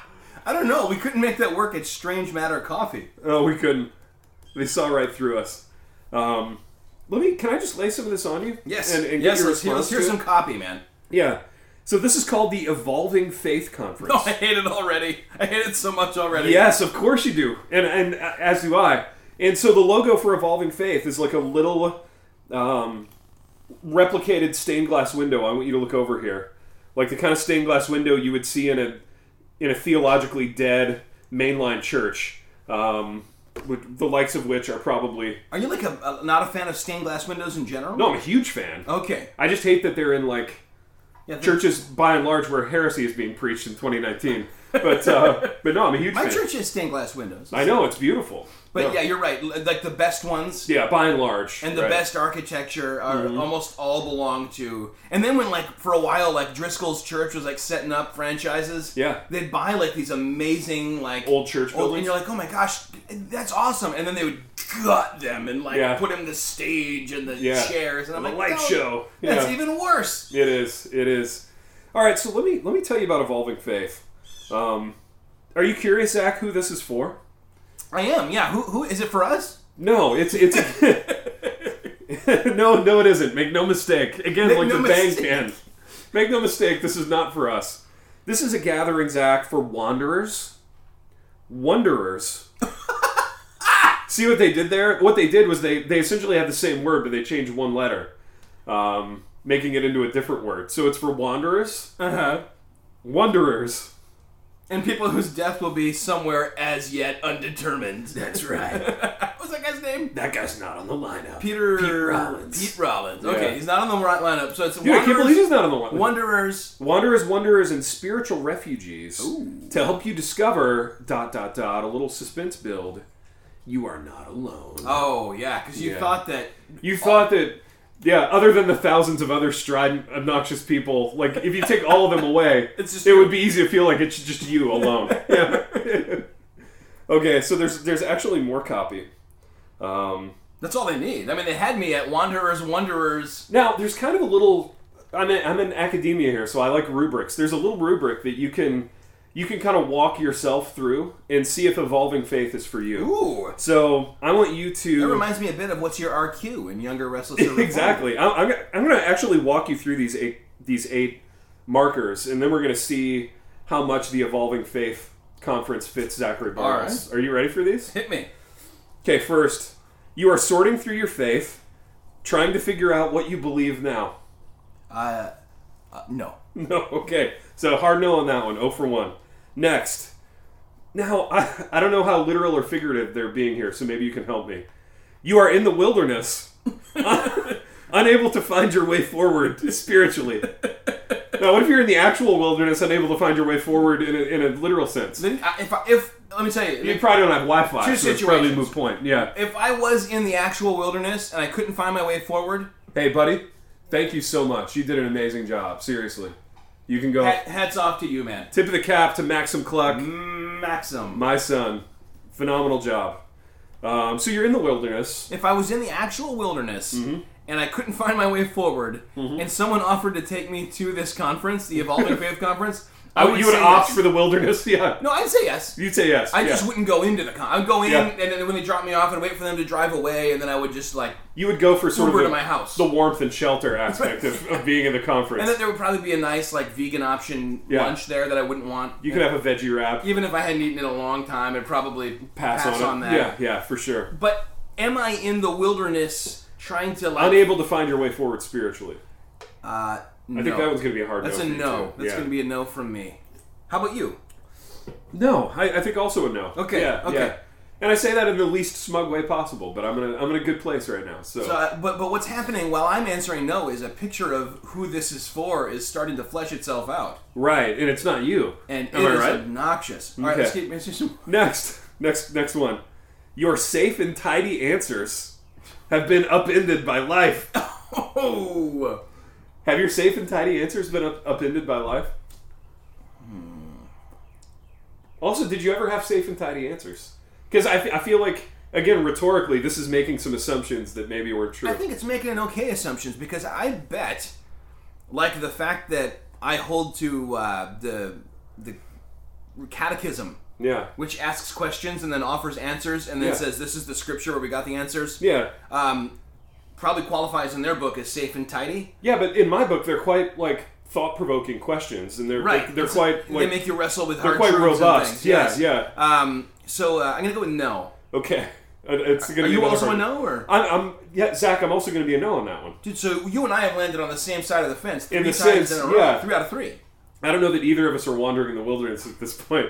I don't know. We couldn't make that work at Strange Matter Coffee. Oh, we couldn't. They saw right through us. Um, let me. Can I just lay some of this on you? Yes. And, and yes. get your let's hear, let's response hear to some it? copy, man. Yeah. So this is called the Evolving Faith Conference. Oh, I hate it already. I hate it so much already. Yes, of course you do, and and uh, as do I. And so the logo for Evolving Faith is like a little um, replicated stained glass window. I want you to look over here, like the kind of stained glass window you would see in a in a theologically dead mainline church, um, with the likes of which are probably. Are you like a, a- not a fan of stained glass windows in general? No, I'm a huge fan. Okay. I just hate that they're in like Yeah, the- churches by and large where heresy is being preached in 2019. But uh, but no, I'm a huge My fan. church has stained glass windows. I know it's beautiful. But yeah, you're right. L- Like the best ones Yeah, by and large. and the right. Mm-hmm. best architecture are almost all belong to. And then when like for a while, like Driscoll's church was like setting up franchises. Yeah. They'd buy like these amazing like Old church and buildings. you're like, oh my gosh, that's awesome. And then they would gut them and like Yeah. put them the stage and the Yeah. chairs and I'm The like, light no, show. That's Yeah. even worse. It is. It is. All right, so let me let me tell you about evolving faith. Um, are you curious, Zach, who this is for? I am. Yeah. Who who is it for us? No, it's it's. no, no, it isn't. Make no mistake. Again, Make like no the bang mistake. can. Make no mistake. This is not for us. This is a gathering, Zach, for wanderers, wanderers. See what they did there? What they did was they they essentially had the same word, but they changed one letter, um, making it into a different word. So it's for wanderers, Uh huh. wanderers. And people whose death will be somewhere as yet undetermined. That's right. What's that guy's name? That guy's not on the lineup. Peter Rollins. Pete Rollins. Okay, Yeah. he's not on the right lineup. So it's Dude, I can't believe he's not on the lineup. Wanderers. Wanderers, wanderers, and spiritual refugees to help you discover dot dot dot a little suspense build. You are not alone. Oh yeah, because you Yeah. thought that you thought that, yeah. Other than the thousands of other strident, obnoxious people, like if you take all of them away, It's just it you. would be easy to feel like it's just you alone. Yeah. okay, so there's there's actually more copy. Um, that's all they need. I mean, they had me at Wanderers, Wanderers. Now, there's kind of a little. I'm in, I'm in academia here, so I like rubrics. There's a little rubric that you can you can kind of walk yourself through and see if evolving faith is for you. Ooh. So I want you That to reminds me a bit of what's your RQ in Younger Restless or Reformed. exactly. I'm, I'm, gonna- I'm going to actually walk you through these eight these eight markers, and then we're going to see how much the evolving faith conference fits Zachary Barnes. Are you ready for these? Hit me. Okay, first, you are sorting through your faith, trying to figure out what you believe now. Uh, uh, no. No, okay. So hard no on that one. 0 for 1. Next. Now, I, I don't know how literal or figurative they're being here, so maybe you can help me. You are in the wilderness, unable to find your way forward spiritually. Now, what if you're in the actual wilderness, unable to find your way forward in a, in a literal sense? Then I, Uh, if I, if let me tell you, You probably don't have Wi-Fi, Two so it's probably a situations. moot point. Yeah. if I was in the actual wilderness and I couldn't find my way forward, Hey, buddy, thank you so much. You did an amazing job. Seriously. You can go. hat, hats off to you, man. Tip of the cap to Maxim Cluck, Mm. Maxim. my son. Phenomenal job. Um, so you're in the wilderness. If I was in the actual wilderness Mm-hmm. and I couldn't find my way forward, and someone offered to take me to this conference, the Evolving Faith Conference, I Oh, you would say opt yes. for the wilderness, yeah. No, I'd say yes. You'd say yes. I yeah. just wouldn't go into the con. I'd go in, Yeah. and then when they drop me off, I'd wait for them to drive away, and then I would just like, you would go for sort Uber of to the, my house. the warmth and shelter aspect of, of being in the conference. and then there would probably be a nice like vegan option Yeah. lunch there that I wouldn't want. you could have a veggie wrap. even if I hadn't eaten in a long time, I'd probably pass, pass, on, it. that. Yeah, yeah, for sure. But am I in the wilderness trying to like? Unable to find your way forward spiritually. uh, no. I think that one's going to be a hard That's no. a for you, no. too. That's Yeah. going to be a no from me. How about you? No, I, I think also a no. Okay, Yeah, okay. yeah. And I say that in the least smug way possible, but I'm in a, I'm in a good place right now. So, So, uh, but but what's happening while I'm answering no is a picture of who this is for is starting to flesh itself out, right, and it's not you. and it Am I is right? obnoxious. All right, Okay. let's keep let's do some. Next, next, next one. Your safe and tidy answers have been upended by life. Oh, have your safe and tidy answers been up, upended by life? Hmm. Also, did you ever have safe and tidy answers? Because I fe- I feel like again rhetorically, this is making some assumptions that maybe weren't true. I think it's making an okay assumptions because I bet, like the fact that I hold to uh, the the catechism yeah, which asks questions and then offers answers and then Yeah. says this is the scripture where we got the answers. yeah, Um, probably qualifies in their book as safe and tidy. yeah. But in my book, they're quite like thought provoking questions, and they're they're, they're It's- quite like they make you wrestle with they're hard quite truths And robust. things. Yeah, yeah. Um, so uh, I'm gonna go with no. Okay. Uh, It's gonna Are be you another also hard- a no or I'm, I'm yeah, Zach. I'm also going to be a no on that one. dude? So you and I have landed on the same side of the fence three In the times sense, in a row. yeah. Three out of three. I don't know that either of us are wandering in the wilderness at this point.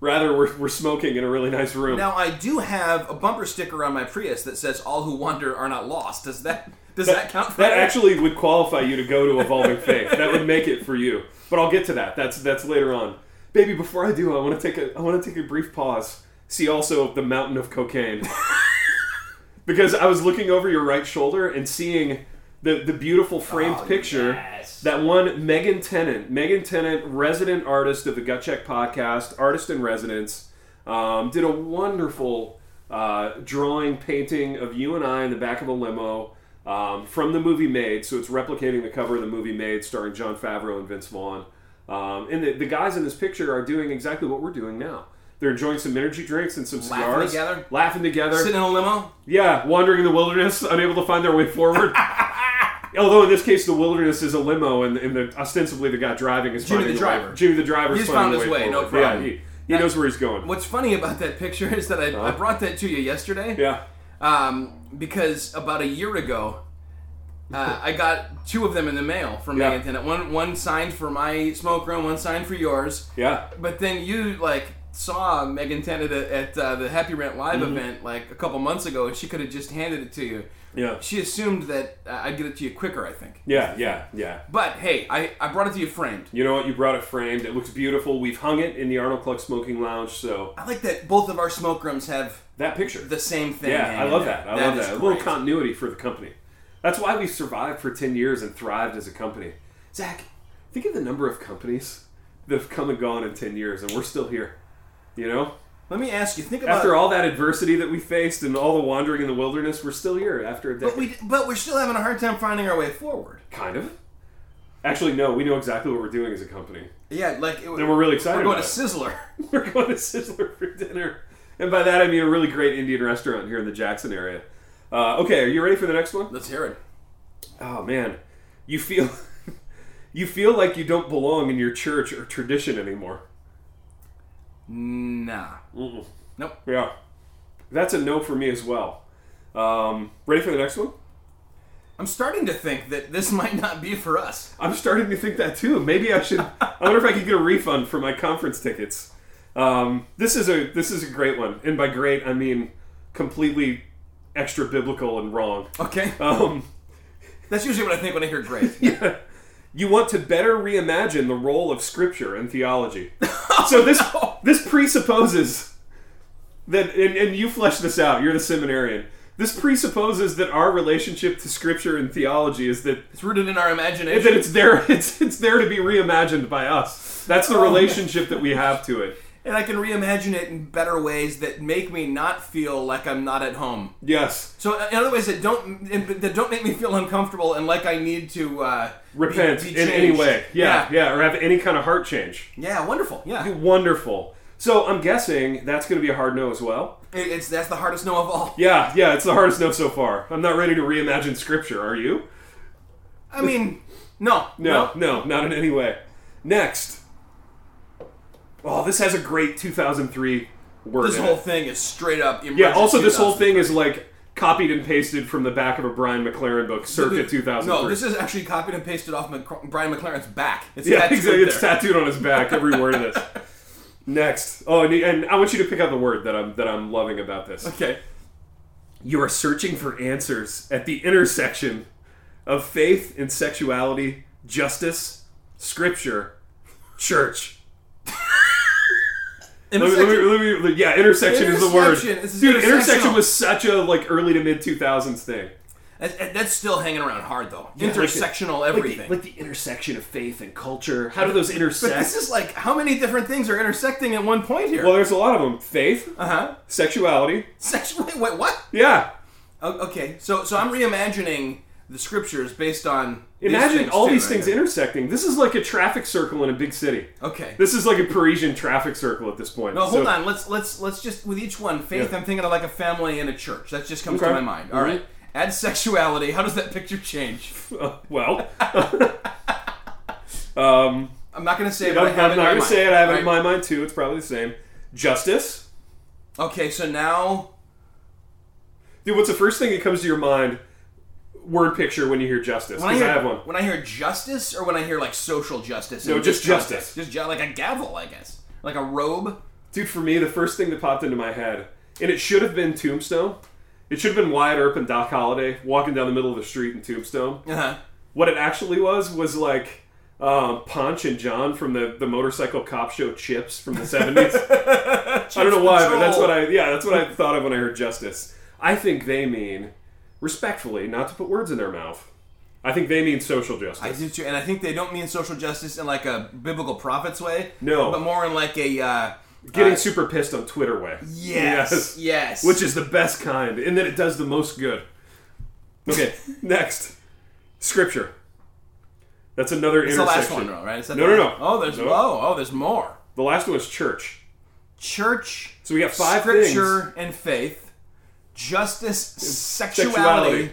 Rather, we're, we're smoking in a really nice room. Now I do have a bumper sticker on my Prius that says "All who wander are not lost." Does that does that, count? For that you? actually would qualify you to go to Evolving Faith. That would make it for you. But I'll get to that. That's that's later on. Baby, before I do, I want to take a I want to take a brief pause. See also the mountain of cocaine. because I was looking over your right shoulder and seeing the the beautiful framed picture that one Megan Tennant, Megan Tennant, resident artist of the Gut Check podcast, artist in residence, um, did a wonderful uh, drawing painting of you and I in the back of a limo um, from the movie Made. So it's replicating the cover of the movie Made, starring John Favreau and Vince Vaughn. Um, and the, the guys in this picture are doing exactly what we're doing now. They're enjoying some energy drinks and some Laughing cigars, together? laughing together, sitting in a limo. yeah, wandering in the wilderness, unable to find their way forward. Although in this case, the wilderness is a limo, and, and the, ostensibly the guy driving is Jimmy finding the way- driver. Jimmy the driver's He's finding found a his way, no forward. problem. Yeah, he, he knows where he's going. What's funny about that picture is that I, I brought that to you yesterday. Yeah, um, because about a year ago, uh, I got two of them in the mail from Yeah. Megan Tennant. One one signed for my smoke room, one signed for yours. yeah, But then you like saw Megan Tennant at, at uh, the Happy Rent Live Mm-hmm. event like a couple months ago, and she could have just handed it to you. yeah, She assumed that uh, I'd get it to you quicker, I think. yeah, yeah, yeah. But hey, I, I brought it to you framed. You know what? You brought it framed. It looks beautiful. We've hung it in the Arnold Cluck Smoking Lounge. So I like that both of our smoke rooms have that picture. the same thing. yeah, I hanging love there. that. I love is that. A little great. continuity for the company. That's why we survived for ten years and thrived as a company. Zach, think of the number of companies that have come and gone in ten years, and we're still here. You know, Let me ask you. Think about after all that adversity that we faced and all the wandering in the wilderness, we're still here after a decade. But we but we're still having a hard time finding our way forward. kind of. Actually, no, we know exactly what we're doing as a company. Yeah, like it, And we're really excited we're going about to it. Sizzler. We're going to Sizzler for dinner. And by that, I mean a really great Indian restaurant here in the Jackson area. Uh, okay, are you ready for the next one? Let's hear it. Oh, man. You feel. You feel like you don't belong in your church or tradition anymore. Nah. Nope. Yeah. That's a no for me as well. Um, ready for the next one? I'm starting to think that this might not be for us. I'm starting to think that too. Maybe I should. I wonder if I could get a refund for my conference tickets. Um, this is a this is a great one, and by great I mean completely extra biblical and wrong. Okay. Um, That's usually what I think when I hear great. you want to better reimagine the role of scripture and theology. Oh, so this this presupposes that, and, and you flesh this out. You're the seminarian. This presupposes that our relationship to scripture and theology is that It's rooted in our And then imagination. it's there it's it's there to be reimagined by us. That's Oh, the relationship that we have to it. And I can reimagine it in better ways that make me not feel like I'm not at home. Yes. So uh, in other ways that don't that don't make me feel uncomfortable and like I need to uh, be- Repent be in any changed. way. Yeah, yeah, or have any kind of heart change. yeah, wonderful. Yeah, Wonderful. So I'm guessing that's going to be a hard no as well. It- it's that's the hardest no of all. Yeah, yeah, it's the hardest no so far. I'm not ready to reimagine scripture, are you? I mean, no, No, no, not in any way. Next. Oh, this has a great 2003 word. This in whole it. thing is straight up. Yeah, also this whole thing is like copied and pasted from the back of a Brian McLaren book circa 2003. No, this is actually copied and pasted off Mc- Brian McLaren's back. It's Yeah, tattooed exactly. It's there. tattooed on his back. Every word of this. Next. Oh, and, and I want you to pick out the word that I'm that I'm loving about this. okay. You are searching for answers at the intersection of faith and sexuality, justice, scripture, church. Let me, let me, let me, let- yeah, intersection, is the word. Intersection. This is Dude, intersection intersectional. was such a like early to mid 2000s thing. That's, that's still hanging around hard though. like- Intersectional Like the, everything. like the intersection of faith and culture. How do those intersect? this is like how many different things are intersecting at one point here? well, there's a lot of them. Faith, uh huh. sexuality. Sexual. Wait, wait, what? Yeah, O- Okay, so so I'm reimagining the scriptures based on these Imagine things all too, these right things here. intersecting. This is like a traffic circle in a big city. okay. This is like a Parisian traffic circle at this point. No, hold So- on. Let's let's let's just with each one. Faith. Yeah. I'm thinking of like a family and a church. That just comes Okay. to my mind. All Mhm. right. Add sexuality. How does that picture change? Uh, well, um, I'm not going to say. it, but I'm, I I'm have it not in my going to mind, say it. I have it right? in my mind too. It's probably the same. Justice, Okay, so now dude. What's the first thing that comes to your mind? Word picture when you hear justice. when I Because hear I have one. when I hear justice or when I hear like social justice. No, in just this context? justice. Just ju- like a gavel, I guess. Like a robe. Dude, for me, the first thing that popped into my head, and it should have been Tombstone. It should have been Wyatt Earp and Doc Holliday walking down the middle of the street in Tombstone. Uh huh. what it actually was was like um, Punch and John from the, the motorcycle cop show Chips from the seventies. I don't know why, but that's what I yeah that's what I thought of when I heard Justice. I think they mean respectfully, not to put words in their mouth. I think they mean social justice. I do too, and I think they don't mean social justice in like a biblical prophet's way. No. but more in like a uh, Getting uh, super pissed on Twitter way. yes, yes, Which is the best kind, and that it does the most good. Okay, next. Scripture. That's another it's the last intersection. one, though, right? Is that No, the- no, no. Oh, there's No. oh, oh, there's more. The last one is church. Church, So we got five scripture, things. and faith, justice, sexuality. Sexuality.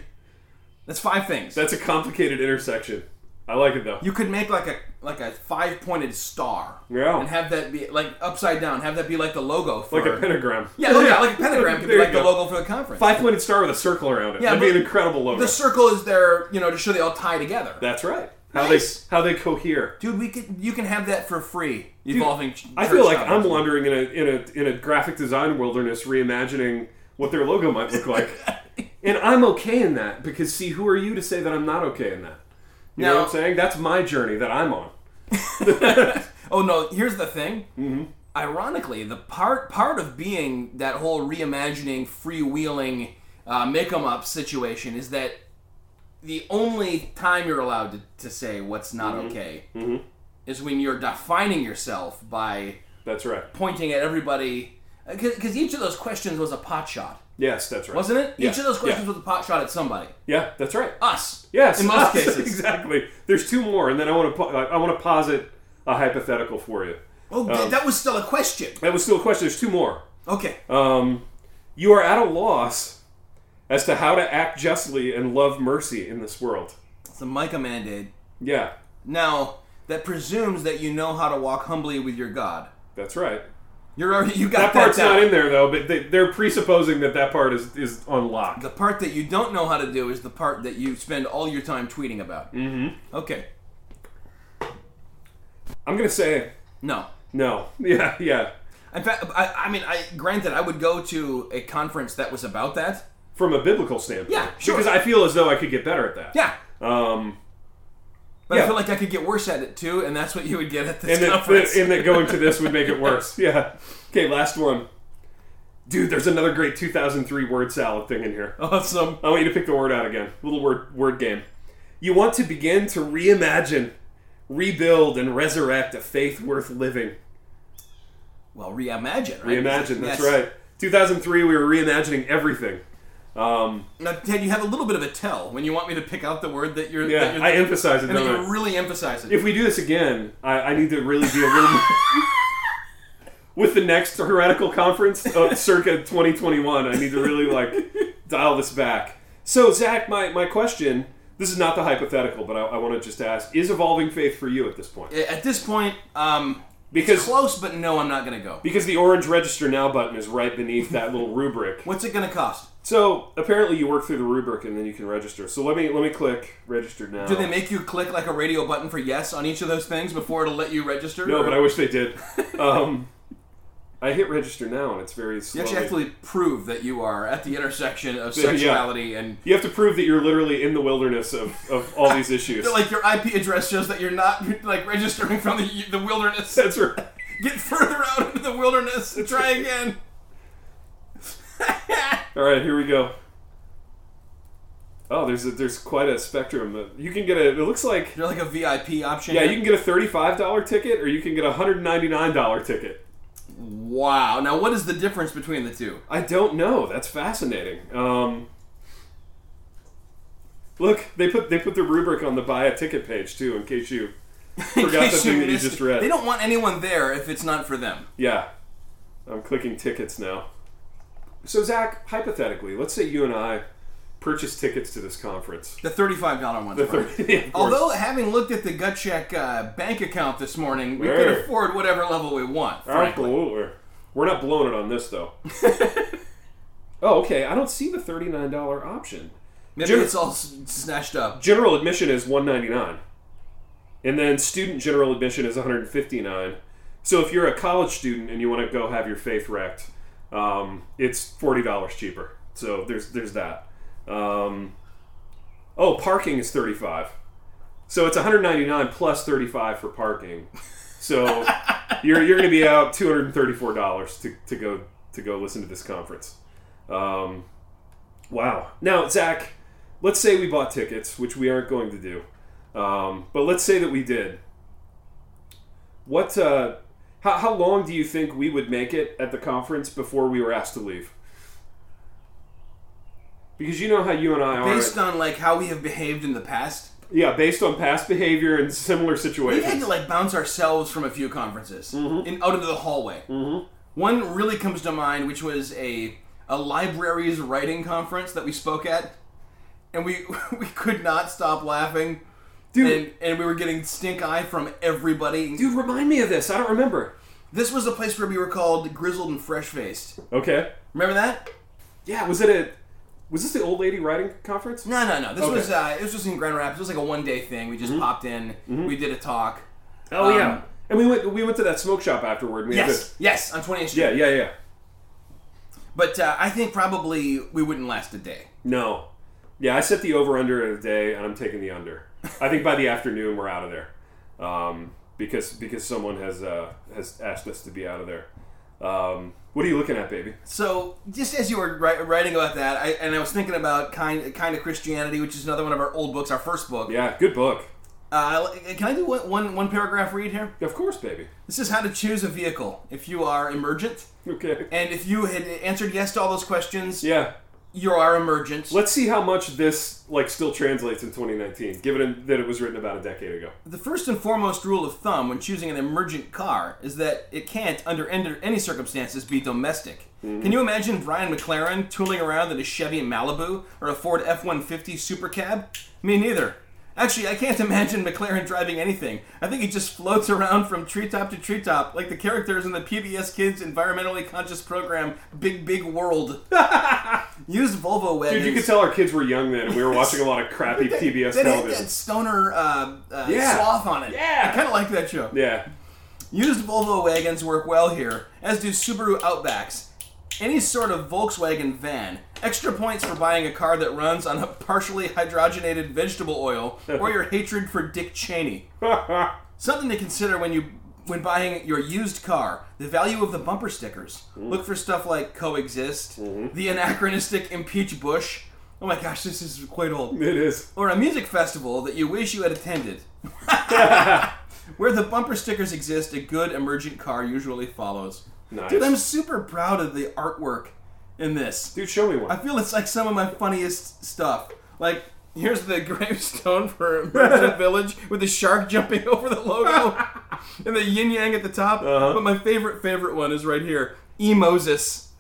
That's five things. That's a complicated intersection. I like it though. you could make like a like a five pointed star, Yeah. and have that be like upside down. Have that be like the logo for like a pentagram. yeah, look, yeah, like a pentagram could be There you like the go. logo for the conference. Five pointed star with a circle around it. Yeah, That'd be but- an incredible logo. The circle is there, you know, to show they all tie together. That's right. How Nice. they how they cohere. Dude, we could you can have that for free. Evolving. ch- I feel church like I'm topics. wandering in a in a in a graphic design wilderness, reimagining what their logo might look like. and I'm okay in that because see, who are you to say that I'm not okay in that? You know Now- what I'm saying? That's my journey that I'm on. Oh no! Here's the thing. Mm-hmm. Ironically, the part part of being that whole reimagining, freewheeling, uh, make 'em up situation is that the only time you're allowed to, to say what's not Mm-hmm. okay is when you're defining yourself by That's right. pointing at everybody. because each of those questions was a pot shot, Yes, that's right. wasn't it? Yeah, Each of those questions Yeah, was a pot shot at somebody. yeah that's right. Us. Yes, In most yes, cases. exactly. There's two more, and then I want to I want to posit a hypothetical for you. Oh, th- that was still a question. That was still a question. There's two more. Okay. Um, you are at a loss as to how to act justly and love mercy in this world. It's the Micah mandate. Yeah, Now that presumes that you know how to walk humbly with your God. that's right. You're already you That got that, part's down. not in there though, but they, they're presupposing that that part is is unlocked. The part that you don't know how to do is the part that you spend all your time tweeting about. Mm-hmm. Okay. I'm gonna say No. no. Yeah, yeah. In fact, I, I mean, I granted, I would go to a conference that was about that. From a biblical standpoint. Yeah, sure. Because I feel as though I could get better at that. Yeah. Um, But Yeah. I feel like I could get worse at it too, and that's what you would get at this and that, conference. and that going to this would make it worse. Yeah. Okay, last one. Dude, there's another great 2003 word salad thing in here. awesome. I want you to pick the word out again. Little word word game. You want to begin to reimagine, rebuild, and resurrect a faith worth living. Well, reimagine, right? Reimagine. That's Yes. right. 2003, we were reimagining everything. Um, Now, Ted, you have a little bit of a tell when you want me to pick out the word that you're. that yeah, you're I emphasize it. and that Don't I? you really emphasize it. if we do this again, I, I need to really be a little more. With the next heretical conference, uh, circa 2021, I need to really like dial this back. So, Zach, my, my question this is not the hypothetical, but I, I want to just ask is evolving faith for you at this point? at this point, um, Because close, but no, I'm not going to go. because the orange register now button is right beneath that little rubric. What's it going to cost? So apparently you work through the rubric and then you can register. So let me let me click register now. Do they make you click like a radio button for yes on each of those things before it'll let you register? no, Or- but I wish they did. Um, I hit register now and it's very You slowly. actually have to prove that you are at the intersection of sexuality and You have to prove that you're literally in the wilderness of, of all these issues. like your IP address shows that you're not like registering from the, the wilderness. That's right. Get further out into the wilderness and try again. All right, here we go. Oh, there's a, there's quite a spectrum. Uh, You can get a. It looks like You're like a VIP option. yeah, you can get a thirty-five dollar ticket or you can get a hundred ninety-nine dollar ticket. Wow. Now, what is the difference between the two? I don't know. That's fascinating. Um, look, they put they put the rubric on the buy a ticket page too, in case you In forgot the case thing that you missed just it. read. They don't want anyone there if it's not for them. Yeah. I'm clicking tickets now. So, Zach, hypothetically, let's say you and I purchase tickets to this conference. The thirty-five dollar one. The 30, of course. Although having looked at the gut check uh, bank account this morning, we could Sure. afford whatever level we want. Frankly. Absolutely. We're not blowing it on this, though. oh, okay. I don't see the $39 option. Maybe Jim- it's all s- snatched up. General admission is 199 And then student general admission is 159 So, if you're a college student and you want to go have your faith wrecked, um, it's $40 cheaper. So, there's, there's that. Um, oh, parking is 35 So, it's 199 plus 35 for parking. So, you're, you're going to be out $234 to, to, go, to go listen to this conference. Um, wow. Now, Zach, let's say we bought tickets, which we aren't going to do, um, but let's say that we did. What? Uh, how, how long do you think we would make it at the conference before we were asked to leave? Because you know how you and I are. Based on like how we have behaved in the past, yeah, based on past behavior and similar we had situations. to like bounce ourselves from a few conferences in, out into the hallway. Mm-hmm. One really comes to mind, which was a a library's writing conference that we spoke at, and we we could not stop laughing, dude, and, and we were getting stink eye from everybody. dude, remind me of this. I don't remember. This was the place where we were called grizzled and fresh faced. Okay. Remember that? Yeah, was it a? Was this the old lady writing conference? No, no, no. This Okay. Mm-hmm. was uh, it was just in Grand Rapids. It was like a one day thing. We just popped in, we did a talk. Oh Um, And we went. We went to that smoke shop afterward. and We had Yes, yes, on 20th Street. to- yeah, yeah, yeah. But uh, I think probably we wouldn't last a day. No. Yeah, I set the over under at a day, and I'm taking the under. I think by the afternoon we're out of there, um, because because someone has uh, has asked us to be out of there. Um, what are you looking at, baby? So just as you were wri- writing about that, I, and I was thinking about kind kind of Christianity, which is another one of our old books, our first book. Yeah, good book. Uh, can I do one, one, one paragraph read here? Of course, baby. This is how to choose a vehicle if you are emergent. Okay. And if you had answered yes to all those questions, Yeah. you are emergent. Let's see how much this like still translates in 2019, given that it was written about a decade ago. The first and foremost rule of thumb when choosing an emergent car is that it can't, under en- any circumstances, be domestic. Can you imagine Brian McLaren tooling around in a Chevy Malibu or a Ford F 150 Super Cab? Me neither. Actually, I can't imagine McLaren driving anything. I think he just floats around from treetop to treetop like the characters in the PBS Kids environmentally conscious program Big Big World. Used Volvo wagons. Dude, you could tell our kids were young then, and we were watching a lot of crappy PBS that had television. that stoner uh, uh, Yeah. sloth on it. Yeah. I kind of like that show. Yeah. Used Volvo wagons work well here, as do Subaru Outbacks. Any sort of Volkswagen van. Extra points for buying a car that runs on a partially hydrogenated vegetable oil or your hatred for Dick Cheney. Something to consider when you when buying your used car, the value of the bumper stickers. Look for stuff like coexist, the anachronistic impeach Bush. Oh my gosh, this is quite old It is. or a music festival that you wish you had attended. Where the bumper stickers exist, a good emergent car usually follows. Nice. Dude, I'm super proud of the artwork in this. Dude, show me one. I feel it's like some of my funniest stuff. Like, here's the gravestone for Merchant Village with the shark jumping over the logo and the yin yang at the top. But my favorite, favorite one is right here E Moses.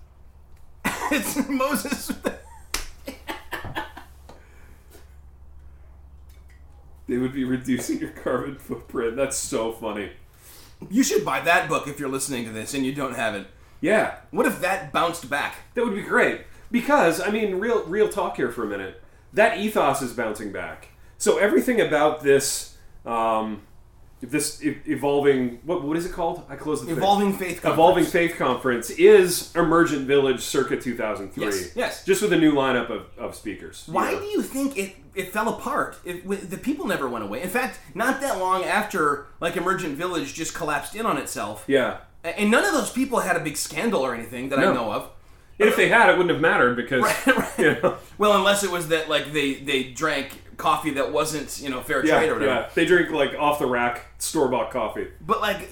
it's Moses. with the- They would be reducing your carbon footprint. That's so funny. You should buy that book if you're listening to this and you don't have it. Yeah, What if that bounced back? that would be great. Because I mean, real real talk here for a minute. That ethos is bouncing back. So everything about this, um, this e- evolving what what is it called? I closed the thing. Evolving faith. Conference. Evolving Faith Conference is Emergent Village circa 2003. Yes, yes. Just with a new lineup of, of speakers. you Why know. do you think it, it fell apart? It, w- the people never went away. In fact, not that long after, like Emergent Village just collapsed in on itself, Yeah. A- and none of those people had a big scandal or anything that I No. know of. And if they had, it wouldn't have mattered because. Right, right. You know, Well, unless it was that like they they drank coffee that wasn't you know fair yeah, trade or whatever. yeah. They drink like off the rack store bought coffee. But like,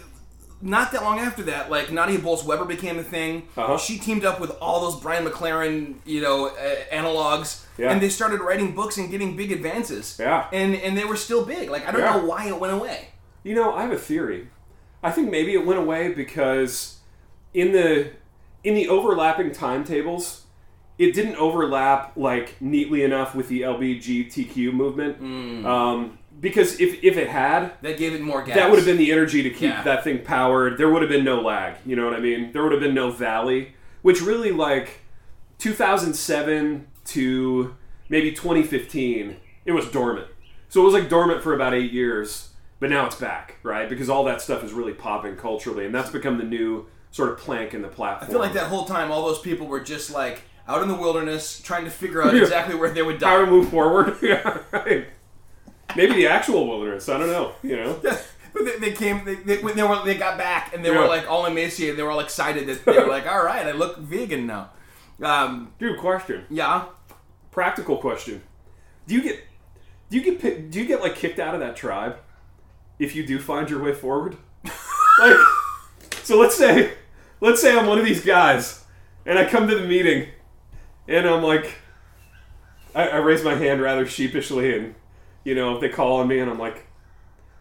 not that long after that, like Nadia Bolz Weber became a thing. Uh-huh. She teamed up with all those Brian McLaren, you know, uh, analogs, Yeah. and they started writing books and getting big advances. Yeah. and and they were still big. Like I don't Yeah. know why it went away. You know, I have a theory. I think maybe it went away because in the in the overlapping timetables, it didn't overlap like neatly enough with the LBGTQ movement. Hmm. Um, because if if it had, That gave it more gas. that would have been the energy to keep Yeah. that thing powered. There would have been no lag. You know what I mean? There would have been no valley, which really like 2007 to maybe 2015, it was dormant. So it was like dormant for about eight years, but now it's back, right? Because all that stuff is really popping culturally, and that's become the new sort of plank in the platform. I feel like that whole time, all those people were just like out in the wilderness trying to figure out Yeah. exactly where they would How die. to move forward? yeah, right. Maybe the actual wilderness. I don't know. You know. But they, they came. They, they, when they were, they got back, and they Yeah. were like all emaciated. They were all excited that they were like, "All right, I look vegan now." Um, Dude, question. yeah, practical question do you get do you get pi- do you get like kicked out of that tribe if you do find your way forward like so let's say let's say i'm one of these guys and i come to the meeting and i'm like i, I raise my hand rather sheepishly and you know they call on me and i'm like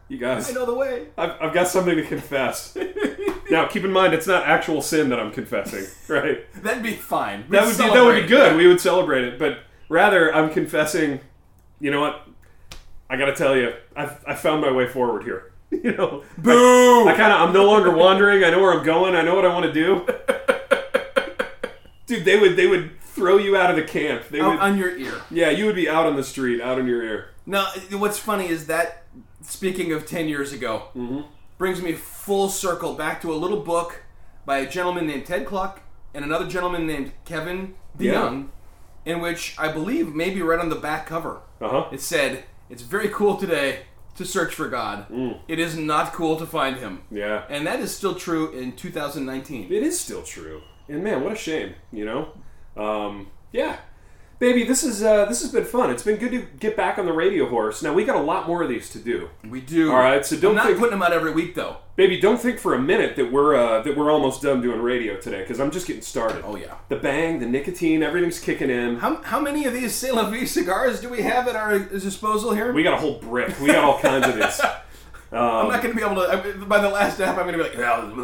you I guys know the way. I've, I've got something to confess now keep in mind it's not actual sin that i'm confessing right That'd be fine. We'd that would be that would be celebrate. good. We would celebrate it, but rather I'm confessing. You know what? I gotta tell you, I I found my way forward here. You know, Boo! I kind of I'm no longer wandering. I know where I'm going. I know what I want to do. Dude, they would they would throw you out of the camp. They would, Out on your ear. yeah, you would be out on the street, out in your ear. Now, what's funny is that speaking of ten years ago, Mm-hmm. brings me full circle back to a little book by a gentleman named Ted Cluck and another gentleman named Kevin DeYoung, in which I believe maybe right on the back cover Uh huh. it said, "It's very cool today." To search for God, it is not cool to find Him, Mm. Yeah, and that is still true in 2019. it is still true. And man, what a shame. You know, um, yeah. baby, this is uh, this has been fun. It's been good to get back on the radio horse. Now we got a lot more of these to do. We do. All right, so I'm don't not think, putting them out every week though. baby, don't think for a minute that we're uh, that we're almost done doing radio today because I'm just getting started. Oh, yeah. the bang, the nicotine, everything's kicking in. How, how many of these Salem V cigars do we have at our disposal here? We got a whole brick. We got all kinds of this. I'm not going to be able to. I, by the last half, I'm going to be like,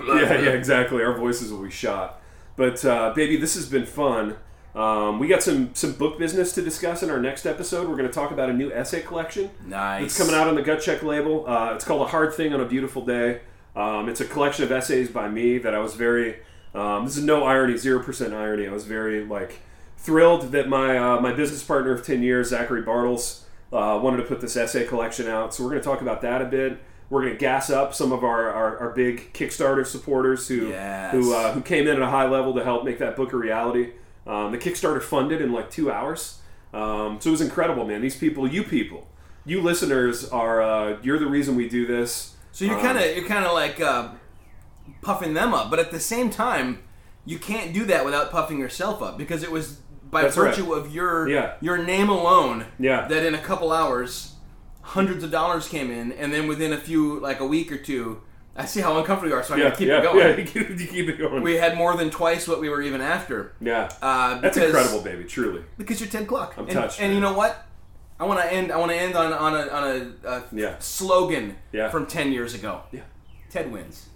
yeah, yeah, exactly. Our voices will be shot. But uh, baby, this has been fun. Um, we got some some book business to discuss in our next episode. We're going to talk about a new essay collection. Nice. It's coming out on the Gut Check label. Uh, it's called A Hard Thing on a Beautiful Day. Um, it's a collection of essays by me that I was very. Um, this is no irony, zero percent irony. I was very like thrilled that my uh, my business partner of ten years, Zachary Bartles, uh, wanted to put this essay collection out. So we're going to talk about that a bit. We're going to gas up some of our, our, our big Kickstarter supporters who Yes. who uh, who came in at a high level to help make that book a reality. Um, the Kickstarter funded in like two hours, um, so it was incredible, man. These people, you people, you listeners are uh, you're the reason we do this. So you're kind of you're kind of like uh, puffing them up, but at the same time, you can't do that without puffing yourself up because it was by That's right. virtue of your Yeah. your name alone Yeah. that in a couple hours, hundreds of dollars came in, and then within a few like a week or two, I see how uncomfortable you are, so I yeah, gotta keep yeah, it going. yeah, you keep, you keep it going. We had more than twice what we were even after. yeah, Uh, that's because- incredible, baby. Truly, because you're ten o'clock. I'm and, touched, And man. you know what? I want to end. I want to end on on a, on a, a Yeah. slogan Yeah. from ten years ago. Yeah. Ted wins.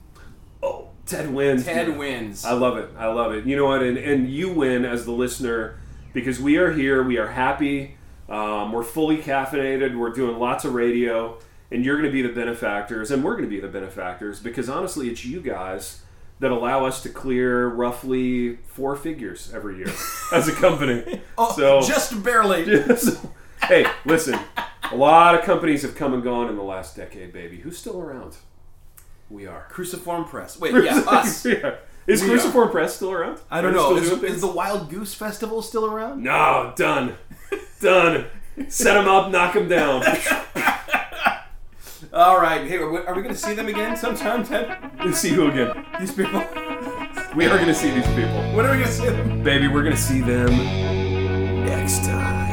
oh, Ted wins. Ted dude. wins. I love it. I love it. You know what? And, and you win as the listener because we are here. We are happy. Um, we're fully caffeinated. We're doing lots of radio. And you're going to be the benefactors. And we're going to be the benefactors because honestly, it's you guys that allow us to clear roughly four figures every year as a company. oh, so, just barely. so- hey, listen. A lot of companies have come and gone in the last decade, baby. Who's still around? We are. Cruciform Press. Wait, yeah, us. Yeah. Is We are. Cruciform Press still around? I don't Are they know. still Is, doing things? is the Wild Goose Festival still around? No, done. done. Set him up, knock him down. All right. Hey, are we, are we going to see them again sometime, Ted? Let's see who again. These people. We are going to see these people. When are we going to see them? Baby, we're going to see them next time.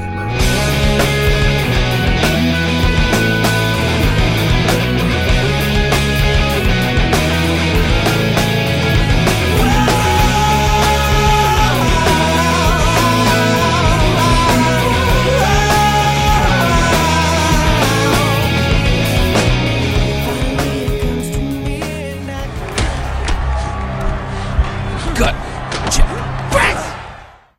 Gut